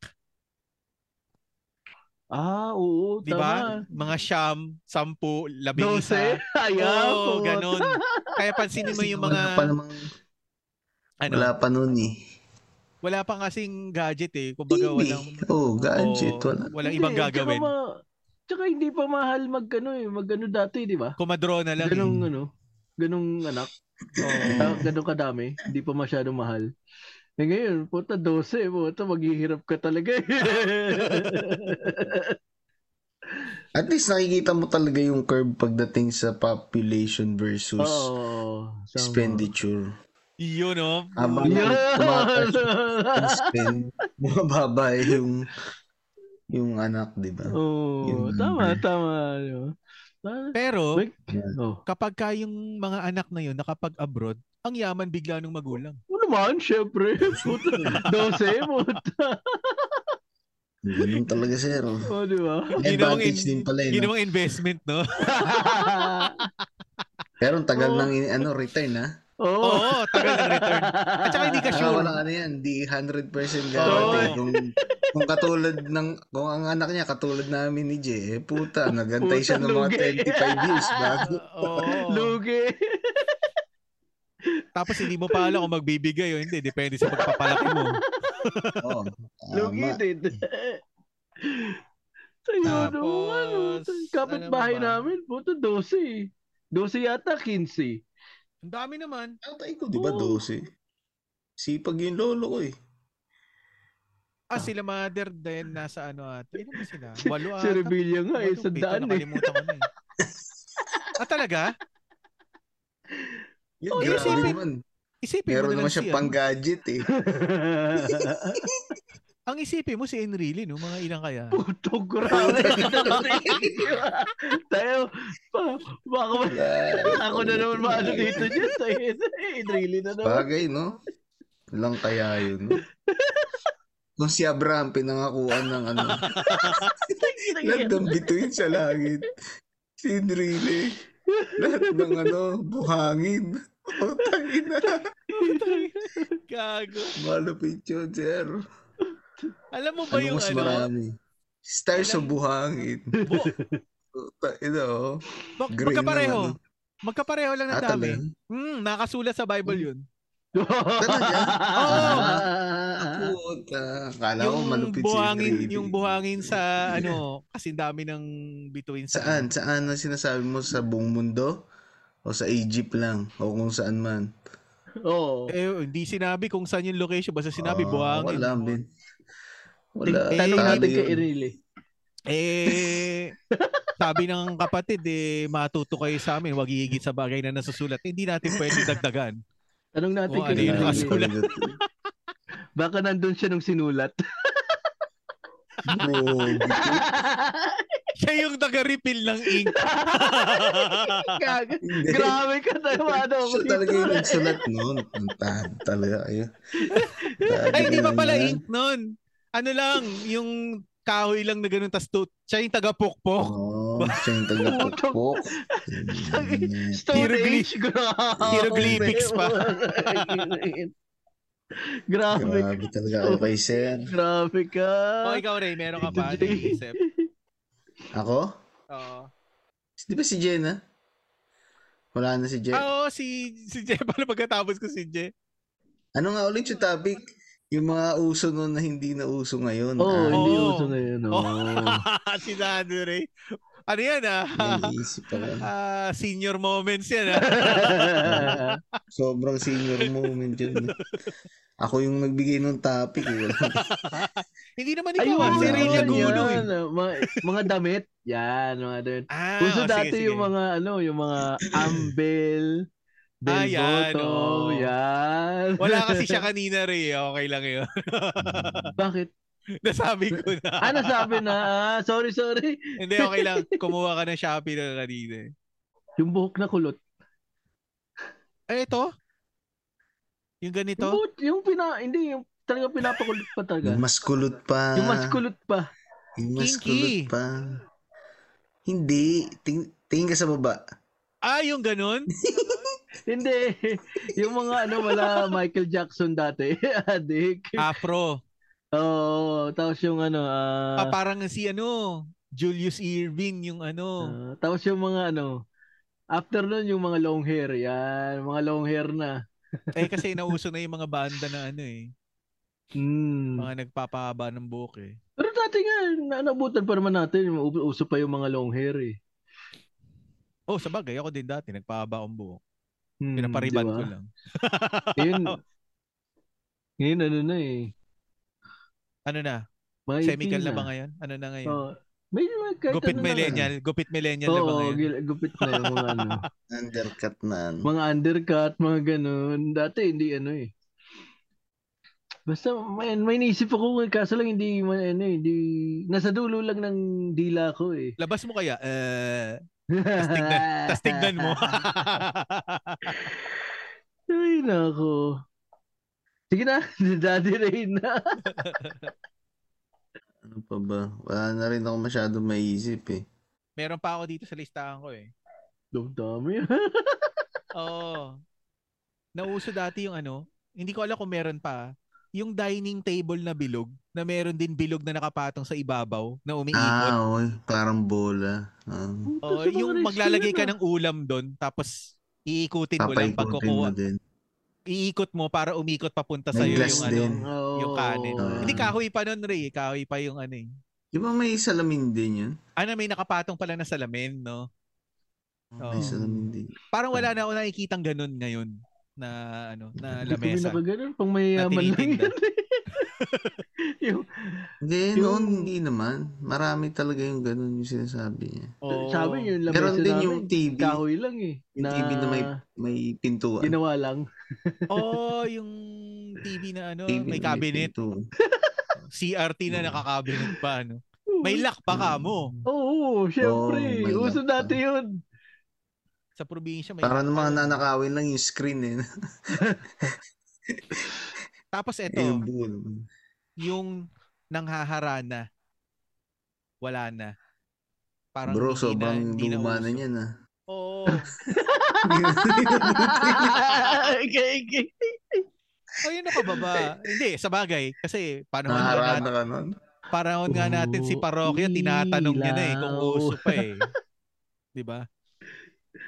Ah, oo,
'di ba? Mga siyam, sampu,
tama.
labing isa.
Dose? Ayaw.
Oo,
puta.
ganun. Kaya pansinin mo
Kasi
yung
wala
mga
pa namang,
ano,
wala pa nun eh.
wala pang kasing gadget eh. Kumbaga
TV.
walang
Oh, gadget.
oo,
Wala.
walang
Hindi,
ibang
eh,
gagawin.
Tsaka, ma- tsaka hindi pa mahal magkano eh, magkano dati, di ba?
Kumadro na lang. eh.
Ganung ano, ganung anak,
Oo.
ah, ganung kadami, hindi pa masyado mahal. Eh ngayon, puta 12, puta maghihirap ka talaga. eh.
At least nakikita mo talaga yung curve pagdating sa population versus
Oo. tama.
expenditure.
Yun oh.
Habang
Yun!
tumataas yung spend, mababa yung yung anak, di ba?
Oo,
Yun.
tama, tama. ano. Ah,
Pero
May- Oh.
kapag ka yung mga anak na yun nakapag-abroad, ang yaman bigla ng magulang.
Ano naman, syempre. Puta, 12, puta.
Ganun talaga, sir.
O, di ba?
Ginawang
Advantage
in-
din pala eh.
Yun
no?
namang investment, no?
Pero ang tagal
Oo.
ng in- ano, return, ha?
Oo.
Oo, tagal ng return. At saka hindi ka
Saka
sure.
wala ano yan, di 100%
Oo.
guarantee. Kung, kung katulad ng, kung ang anak niya katulad namin ni Jay, eh, puta, nagantay siya ng mga
Puta, lugi.
25 years bago.
Oo.
Lugi.
Tapos hindi mo pa alam kung magbibigay o hindi. Depende sa pagpapalaki mo.
Oo,
Lugi
tama.
din. Tayo
Tapos,
naman. Kapit bahay
ano ba?
namin. Puta, 12. 12 yata, 15.
Ang dami naman.
Tatay ko, di ba,
Oo.
12? Sipag yung lolo ko eh.
Ah, sila mother din nasa ano ata. Ilan ba sila?
Si-
Walo ata.
Si Rebilla nga, eh,
Walo,
sa
pito,
daan eh.
Nakalimutan ko na eh. Ah, talaga?
Yun,
Oh,
grabe
isipin-
naman.
Isipin mo ano.
Meron
na
naman
lang
siya
siya.
pang gadget eh.
Ang isipin mo si Enrile, no? Mga ilang kaya?
Puto, grabe. Tayo, pa- baka ma- ako na naman maano dito dyan. Tayo, eh, really na naman.
Bagay, no? Lang kaya yun. no? Kung si Abraham pinangakuan ng ano, lahat ng bituin sa langit. Si Enrile. Lahat ng ano, buhangin. O, tangina.
Gago.
Malupit yun, sir.
Alam mo ba
Ano
yung
mas
ano?
marami? Star sa buhangin.
Bu,
Puta, Ito, oh.
mag-
Green ano. Ah,
magkapareho.
naman.
Magkapareho lang ng dami.
Atalan.
Hmm, nakasulat sa Bible yun.
Talaga? ah,
Oo.
Puta. Kala ko malupit si
buhangin,
Grady.
yung buhangin sa ano, kasi dami ng bituin sa
Saan? Saan na sinasabi mo? Sa buong mundo? O sa Egypt lang? O kung saan man?
Oo.
Eh, hindi sinabi kung saan yung location. Basta sinabi
Ah,
buhangin.
Wala, Ben. Wala.
Ting-
Tanong
Talo
natin kay
yun.
Irile.
Eh, sabi ng kapatid, eh, matuto kayo sa amin. Huwag higit sa bagay na nasusulat. Eh, Hindi natin pwede dagdagan.
Tanong natin
Oo,
kay
ano yun,
Irile.
asko lang.
Baka nandun siya nung sinulat.
Bro,
Siya yung taga-refill ng ink.
Gago.
Hindi.
Grabe ka na ano ako
Siya
dito.
talaga yung nagsulat noon. Ang tahan talaga kayo.
Ay, hindi pa
ah.
pala eh. ink nun. Ano lang, yung kahoy lang na ganun, tas tut. Siya yung taga-pokpok.
Oo, siya yung tagapukpok. eh.
Stone
Hieroglyph-
Age, grabe.
hieroglyphics pa.
grabe, ka,
Grabe talaga kayo kay Sen.
grabe ka.
O, Oh, ikaw, Ray, meron ka ba? ano
Ito, Jay.
Isip.
Ako?
Oo.
Di ba si Jen, ha? Wala na si Jen.
Ah, oo, si, si Jay. Paano pagkatapos ko si Jay?
Ano nga ulit yung topic? Yung mga uso noon na hindi na uso ngayon.
Oo, oh,
Ah,
hindi
Oo.
uso na yun.
Oh.
Oh.
Ah, si Nando, Ray. Ano yan, ah?
Naiisip pala.
Ah, senior moments yan, ah.
Sobrang senior moment yun. eh. Ako yung nagbigay ng topic. Eh.
Hindi naman ikaw,
Ayun,
ah. Si Ray
yun,
Lagulo, eh.
yan, ah, mga, mga damit. Yan, mga damit.
Ah,
Uso
oh, sige,
dati
sige.
yung mga, ano, yung mga ambel, bell
Ah, yan,
bottom,
oo.
yan.
Wala kasi siya kanina, Ray. eh. Okay lang yun.
Bakit?
Nasabi ko na.
Ah, nasabi na. Ah, sorry, sorry.
Hindi, okay lang. Kumuha ka ng Shopee na kanina.
Yung buhok na kulot.
Eh, ito? Yung
Yung,
ganito?
buhok- yung pina, hindi, yung talaga pinapakulot pa
Yung
talaga.
mas kulot pa.
Yung
Ah.
mas kulot pa.
Yung mas kulot
Kinky.
pa. Hindi. Ting tingin ka sa baba.
Ah, yung ganun?
Hindi. Yung mga ano, wala Michael Jackson dati. Adik.
Afro.
Oo. tapos yung ano, ah,
Ah, parang si ano, Julius Irving yung ano.
ah, tapos yung mga ano, after nun yung mga long hair. Yan, mga long hair na.
Eh, kasi nauso na yung mga banda na ano eh.
Hmm.
Mga nagpapahaba ng buhok eh.
Pero dati nga, na- nabutan pa naman natin. u- Uso pa yung mga long hair eh.
Oh, sabagay. Ako din dati. Nagpahaba akong buhok.
Hmm,
Pinapariban
diba?
ko lang.
Ngayon, ngayon ano na eh.
Ano na?
Mighty
Semical na ba ngayon? Ano na ngayon?
Oo. may mga Oh, kahit
gupit
ano na
millennial. Gupit millennial
Oo,
na ba ngayon?
gil- gupit na yung mga ano.
Undercut na. ano.
Mga undercut, mga ganun. Dati hindi ano eh. Basta may, may naisip ako eh, kaso lang hindi man ano eh, hindi nasa dulo lang ng dila ko eh.
Labas mo kaya? Eh, tas tignan, tas tignan mo.
Ay nako. Sige na, Daddy Ray na.
Ano pa ba? Wala na rin ako masyado maisip eh.
Meron pa ako dito sa listahan ko eh.
Dumdami.
Oo. Nauso dati yung ano, hindi ko alam kung meron pa, yung dining table na bilog, na meron din bilog na nakapatong sa ibabaw, na umiikot.
Ah, oy, parang bola. Ah,
Oo, Oh,
Ano
yung maglalagay ka ng ulam doon, tapos iikutin mo lang pag
papaikutin mo
kukuha.
din.
Iikot mo para umikot papunta sa iyo
May glass
yung ano,
din.
yung kanin.
Ah.
Hindi kahoy pa noon, Ray, kahoy pa yung ano eh.
Di ba may salamin din yun?
Ano, may nakapatong pala na salamin, no?
May
Oo.
salamin din.
Parang wala na ako nakikitang ganun ngayon na ano, na lamesa.
Hindi ko ganun, pang mayayaman lang
Natinitinda.
yun. eh. yung,
Hindi,
Yung-
noon hindi naman. Marami talaga yung ganun yung sinasabi niya.
Oo.
sabi niyo, yung lamesa
Meron din
namin,
yung TV.
kahoy lang eh.
Yung TV na May ano, pintuan.
ginawa lang.
Oo, Oh, yung TV na ano,
TV
may
na Mm.
cabinet.
pintuan.
CRT na
Oo.
nakakabinet pa, ano.
Mm.
May lock pa ka mo.
Oo, syempre.
Oh, may lock
Uso
pa.
dati yun.
Sa probinsya may lock
Parang
pa
mga
yun.
nanakawin lang yung screen eh.
Tapos
Eh,
eto,
yung buo naman.
yung nanghaharana. Wala na. Parang
Bro,
hindi
sobrang
na, hindi
luma na
uso.
niyan ah.
Oo.
okay, okay.
Oh, O yun nakababa. hindi, sa bagay. Kasi panahon na
Naharap
natin.
na ka nun.
Panahon nga natin si Parokya, tinatanong niya na eh kung
Ilaw.
uso pa eh. 'Di ba?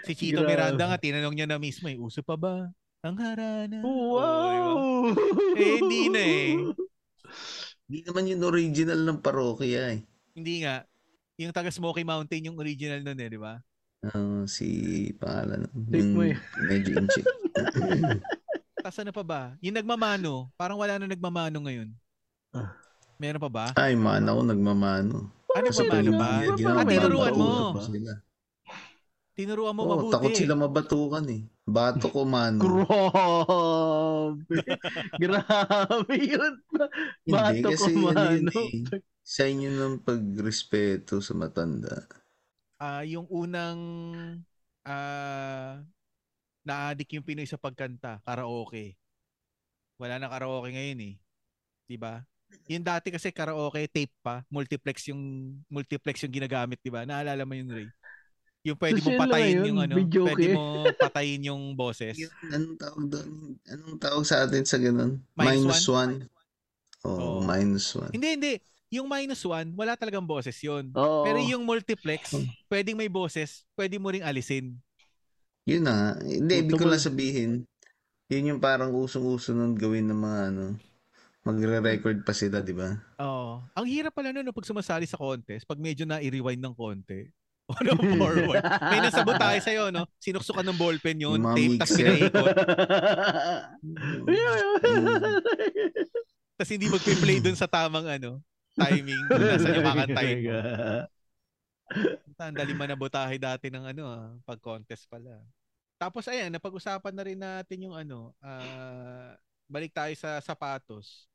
Si Chito
Grabe.
Miranda nga tinanong niya na mismo, eh, uso pa ba ang harana? Oo,
Wow!
di ba? Eh, hindi na eh.
Hindi naman yung original ng parokya eh.
Hindi nga. Yung taga Smoky Mountain yung original nun eh, 'di ba?
Ah, si pangalan.
Take mo
ng
eh.
Medyo in check.
Tapos ano pa ba? Yung nagmamano, parang wala na nagmamano ngayon.
Ah.
Meron pa ba?
Ay, mana ko nagmamano.
Ano
Kasi
ba
pag
mano ba?
gina- ginawa
Ano ba?
Tinuruan
batukan
mo.
sila.
Tinuruan mo
Oo,
mabuti.
takot sila mabatukan eh. Bato ko mano.
Grabe. Grabe yun.
Hindi,
Bato
kasi
ko
ano yun
mano.
eh. Sign yun ng pagrespeto sa matanda.
Ah, yung unang ah naadik yung Pinoy sa pagkanta, karaoke. Wala na karaoke ngayon eh. 'Di ba? Yung dati kasi karaoke tape pa, multiplex yung multiplex yung ginagamit, 'di ba? Naalala mo yun, Ray? Yung pwede
So,
mo
yun lang
patayin
ngayon,
yung ano,
video eh.
pwede
okay.
mo patayin yung boses.
Yun, anong tawag doon? Anong tawag sa atin sa ganun?
Minus
Minus one?
Oo.
Oo, minus one.
Hindi, hindi. Yung minus one, wala talagang boses yun.
Oo. Oh.
Pero yung multiplex, pwedeng may boses, pwede mo ring alisin.
Yun na nga. Hindi,
Puto
ibig ko
mo.
lang sabihin. Yun yung parang usong-uso nun gawin ng mga ano. Magre-record pa sila, di ba?
Oo. Ang hirap pala nun no, pag sumasali sa contest, pag medyo na-rewind ng konti. Ano forward. May nasabot tayo sa'yo, no? Sinuksukan ng ballpen yun,
Yung mga
tape, tapos
mixer.
pinaikot.
Mm.
Tapos hindi magpe-play dun sa tamang ano, timing. Kung nasa yung eh. kakantahin mo. Puta, Ang dali manabotahe dati ng ano, ah, pag contest pala. Tapos ayan, napag-usapan na rin natin yung ano, ah, balik tayo sa sapatos.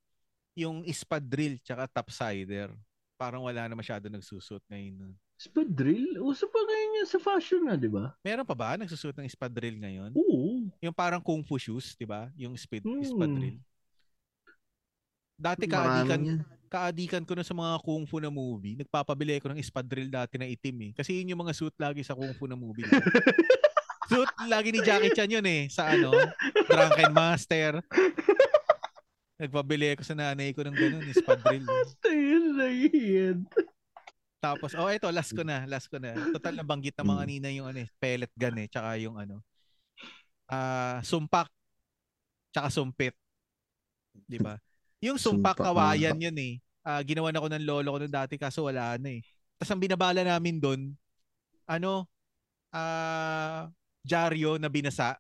Yung espadrille tsaka topsider. Parang wala na masyado nagsusuot ngayon. no?
Spadril? Uso pa ngayon yan sa fashion na, di ba?
Meron pa ba nagsusuot ng espadrille ngayon?
Oo.
Yung parang kung fu shoes, 'di ba? Yung speed
Hmm.
espadrille. Dati
Maano
kaadikan,
niya.
kaadikan ko na sa mga kung fu na movie, nagpapabili ako ng espadrille dati na itim eh. Kasi yun yung mga suit lagi sa kung fu na movie. di ba? suit lagi ni Jackie Chan yun eh sa ano, Drunken Master. Nagpabili ako sa nanay ko ng ganun, espadrille.
Tayo Ah, na yan.
Tapos, oh, eto, last ko na, last ko na. Total, nabanggit na
Mm.
mga kanina yung ano, eh, pellet gun eh, tsaka yung ano, ah sumpak, tsaka sumpit. Di ba? Yung sumpak,
Sumpak,
kawayan
mga-
yun eh. Ah, ginawa na ko ng lolo ko nung dati kaso wala na eh. Tapos ang binabala namin doon, ano, ah, dyaryo na binasa.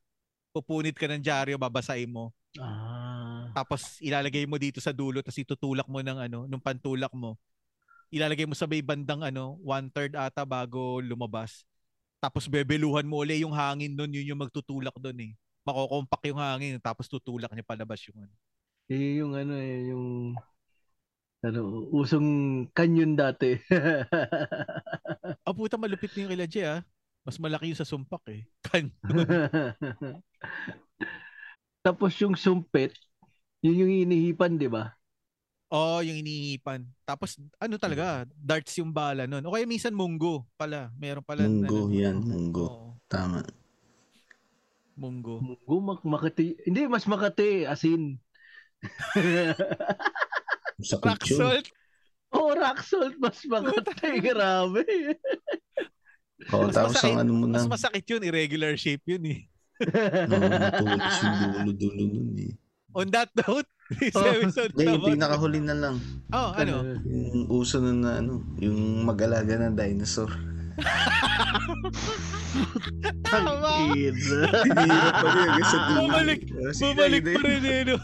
Pupunit ka ng dyaryo, babasahin mo
Ah.
tapos ilalagay mo dito sa dulo tapos itutulak mo ng ano nung pantulak mo ilalagay mo sa may bandang ano one third ata bago lumabas tapos bebeluhan mo uli yung hangin nun yun yung magtutulak dun eh makokompak yung hangin tapos tutulak niya palabas yung ano
Eh, yung ano eh, yung ano, usong kanyon dati.
oh puta malupit na yung kila Jay, ah mas malaki yung sa sumpak eh kan
Tapos yung sumpit, yun yung inihipan, di ba?
oh yung inihipan tapos ano talaga darts yung bala nun o kaya minsan munggo pala meron pala
Munggo,
ano,
yan. Munggo.
Oo,
Tama.
munggo
Gumak Makati. Hindi, mas Makati, asin.
Sa
rock
kutsyon.
salt
oh, rock salt, mas Makati. Grabe.
Oo,
Mas
tapos
masakit-
ang ano mo
mas
na.
masakit yun irregular shape yun eh
Oo, matulis yung dulo-dulo nun eh.
On that note, this
Oh.
episode
Hindi, yung
naman.
pinakahuli na lang.
Oh, ano?
Yung uso na na ano, yung mag-alaga ng dinosaur.
Tama!
Tangina.
Tinira pa niya agad sa dulo.
Bumalik-
Ah, sige,
Bumalik
hindi.
pa rin eh, no?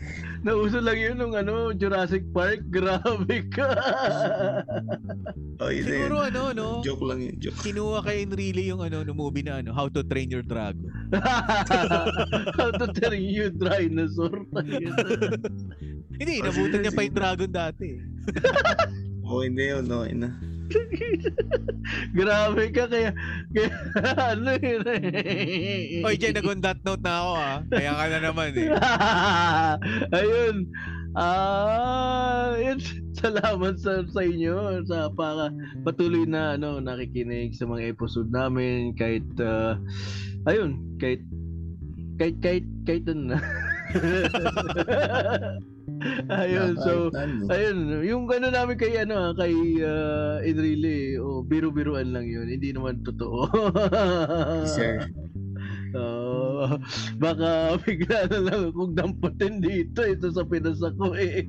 Nauso lang yun nung ano, Jurassic Park. Grabe ka.
Oh, hindi.
Siguro ano, no?
Joke lang yun, joke.
Kinuha kay Enrile yung ano, no movie na ano, How to Train Your Dragon.
How to train you dinosaur. Tangina.
Hindi,
Oh,
nabutan
sige,
niya pa
sige.
yung dragon dati. eh.
Oh, hindi yun, no, ina.
Grabe ka kaya, kaya ano yun eh.
Oy, Jen, nag on that note na ako ah. Kaya ka na naman eh.
Ayun. Ah, yun. salamat sa, sa inyo sa para patuloy na ano nakikinig sa mga episode namin kahit ah, ayun kahit kahit kahit kahit ano na ayun, so,
Napakaitan, eh.
ayun, yung ano namin kay, ano, ah, kay uh, Enrile, eh, oh, biru-biruan lang yun, hindi naman totoo.
uh,
Sir.
Oo. baka bigla na lang akong damputin dito, eh, ito sa Pinas ako eh.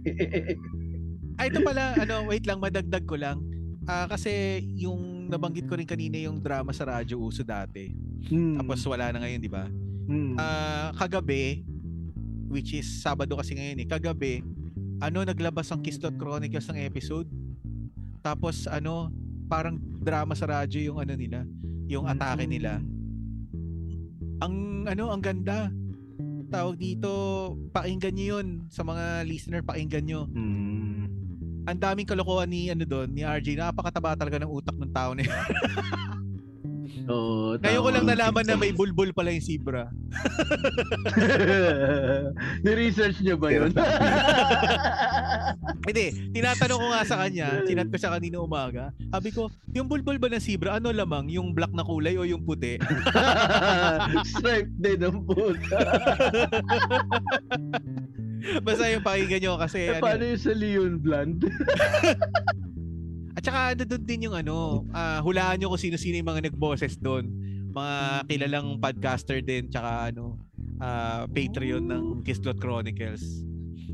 Ay, ito pala, ano, wait lang, madagdag ko lang. Ah, kasi yung nabanggit ko rin kanina yung drama sa radyo uso dati.
Hmm.
Tapos wala na ngayon, di ba?
Hmm.
Ah, kagabi, which is Sabado kasi ngayon eh, kagabi, ano, naglabas ang Kislot Chronicles ng episode. Tapos ano, parang drama sa radyo yung ano nila, yung atake nila.
Mm.
Ang ano, ang ganda. Tawag dito, pakinggan niyo yun sa mga listener, pakinggan niyo.
Hmm.
Ang daming kalokohan ni ano doon, ni RJ. Napakataba talaga ng utak ng tao na yun.
Oo,
Ngayon ko lang
tama.
nalaman na may bulbul pala yung zebra.
Ni-research niyo ba yun?
Hindi, tinatanong ko nga sa kanya, tinat ko siya kanina umaga. Sabi ko, yung bulbul ba ng zebra, ano lamang? Yung black na kulay o yung puti?
Stripe din ang puta.
Basta yung pakinggan nyo kasi.
Eh,
ano
paano
yun.
yung sa Leon Blunt?
At saka ano doon din yung ano, ah, hulaan nyo kung sino-sino yung mga nagboses doon. Mga kilalang podcaster din, tsaka ano, ah, Patreon ng Kislot Chronicles.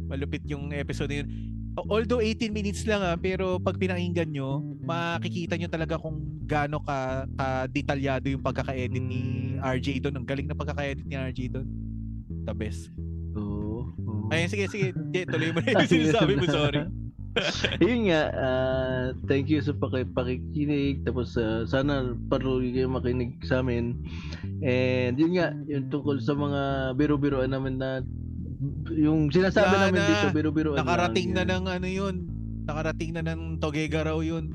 Malupit yung episode na yun. Although 18 minutes lang ah, pero pag pinakinggan nyo, makikita nyo talaga kung gaano ka, ka detalyado yung pagkaka-edit ni RJ doon. Ang galing na pagkaka-edit ni RJ doon. The best.
Oo. oo.
Ayun, sige, sige. Jay, Tuloy mo na yung sinasabi mo, sorry.
Yun nga, ah, thank you sa paki- pakikinig. Tapos ah, sana patuloy kayo makinig sa amin. And yun nga, yung tungkol sa mga biro-biroan naman na yung sinasabi
Wala
namin
na.
dito, biro-biroan
Nakarating na
lang.
ng ano yun. Nakarating na ng Togega raw yun.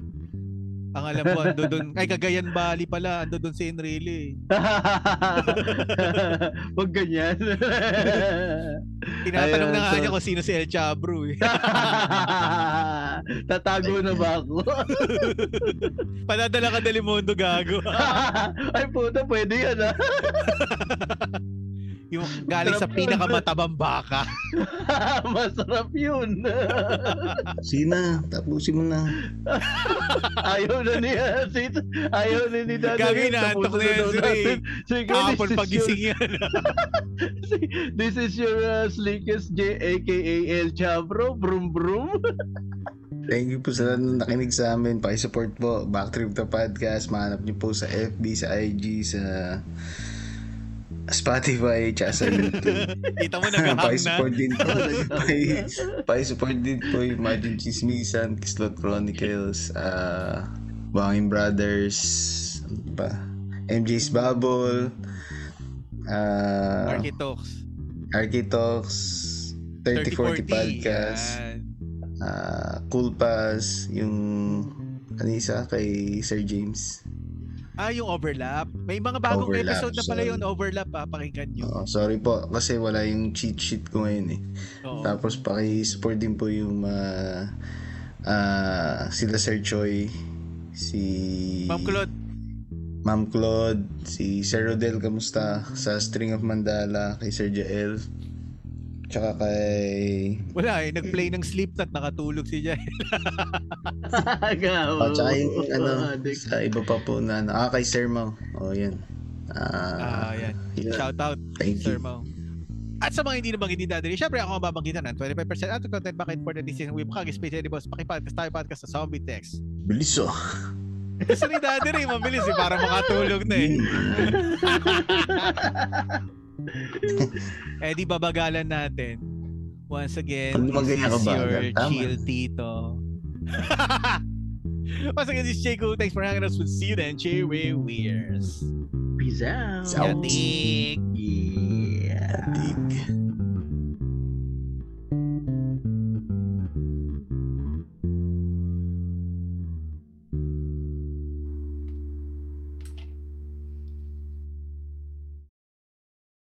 Ang alam ko, ando doon. Ay, Cagayan Valley pala. Ando doon si Enrile. eh.
Huwag ganyan.
Tinatanong
Ayun,
na nga
so-
niya kung sino si El Chabro eh.
Tatago na ba ako?
Padadala ka Delimondo gago.
Ay puta, pwede yan ah.
Yung galing sa pinakamatabang baka.
Masarap yun.
Sina, tapusin mo na.
Ayaw na niya. Sit- Ayaw na ni Dada.
Gago, inaantok na yan si Ray.
Sige,
Kahapon
this is
pagising yan.
your, this is your uh, slickest J, aka El Chabro, brum brum.
Thank you po sa lahat na nakinig sa amin. Pakisupport po. Backtrip to Podcast. Mahanap niyo po sa FB, sa IG, sa Spotify, tsaka sa YouTube.
Kita mo nagahang na.
Pakisupport din po. Paki- Pakisupport din po yung Imagine Chismisan, Kislot Chronicles, ah Bangin Brothers, ano pa? MJ's Bubble, ah
Market Talks.
Architox, 3040 Podcast,
Yan.
ah Cool Pass, yung ano yung isa kay Sir James.
Ah, yung overlap. May mga bagong
Overlap,
episode na pala
sorry.
yun. Overlap ah. Pakinggan nyo.
Oo, sorry po kasi wala yung cheat sheet ko ngayon eh.
Oo.
Tapos paki-support din po yung ah ah, sila Sir Choi, si
Ma'am Claude,
Ma'am Claude, si Sir Rodel, kamusta? Sa String of Mandala, kay Sir Jael, tsaka kay
wala eh. Nag-play
Mm.
ng sleep at nakatulog si Jay.
Agaw.
Oh,
Ah,
tsaka yung ano,
Addict.
sa iba pa po na, ah, kay Sir Mau. Oh, yan.
Ah,
Ah,
yan.
yun.
Shout out.
Thank
Sir
you.
Mau. At sa mga hindi nabanggitin natin, syempre ako ang babanggitan ng 25% out of content bakit for the decision with Kagi Space Edibles, pakipodcast tayo podcast sa Zombie Text.
Bilis oh.
Gusto ni Daddy Ray, mabilis eh, para makatulog na eh.
Mm.
Eh di babagalan natin. Once again,
Pag lumagay
this
ako
is
ba?
your
Tama.
chill tito. Once again, this is Jaco. Thanks for hanging out with See You Then, Chill Way Wears.
Peace out.
Out.
Yatik!
Yeah.
Dig.